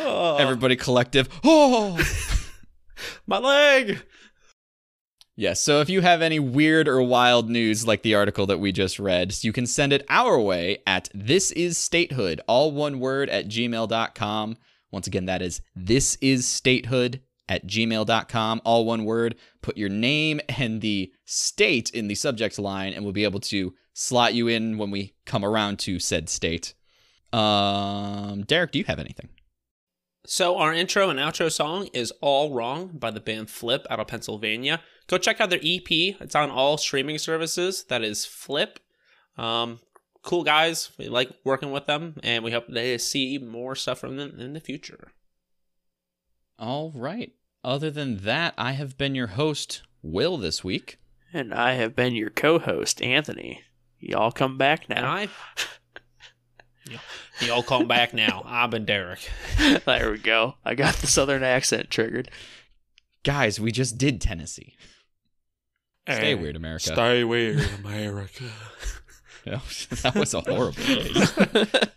Speaker 1: Oh,
Speaker 3: Everybody collective. Oh.
Speaker 1: my leg.
Speaker 3: Yes. So if you have any weird or wild news like the article that we just read, you can send it our way at this is statehood, all one word at gmail.com. Once again, that is this is statehood at gmail.com, all one word. Put your name and the state in the subject line, and we'll be able to slot you in when we come around to said state. Um, Derek, do you have anything?
Speaker 1: So our intro and outro song is "All Wrong" by the band Flip out of Pennsylvania. Go check out their EP. It's on all streaming services. That is Flip. Um, cool guys. We like working with them, and we hope they see more stuff from them in the future.
Speaker 3: All right. Other than that, I have been your host, Will, this week.
Speaker 4: And I have been your co-host, Anthony. Y'all come back
Speaker 1: And
Speaker 4: now.
Speaker 1: I. Y- Y'all come back now. I've been Derek.
Speaker 4: there we go. I got the southern accent triggered.
Speaker 3: Guys, we just did Tennessee. Stay
Speaker 2: Hey,
Speaker 3: weird, America.
Speaker 2: Stay weird, America.
Speaker 3: No, that was a horrible.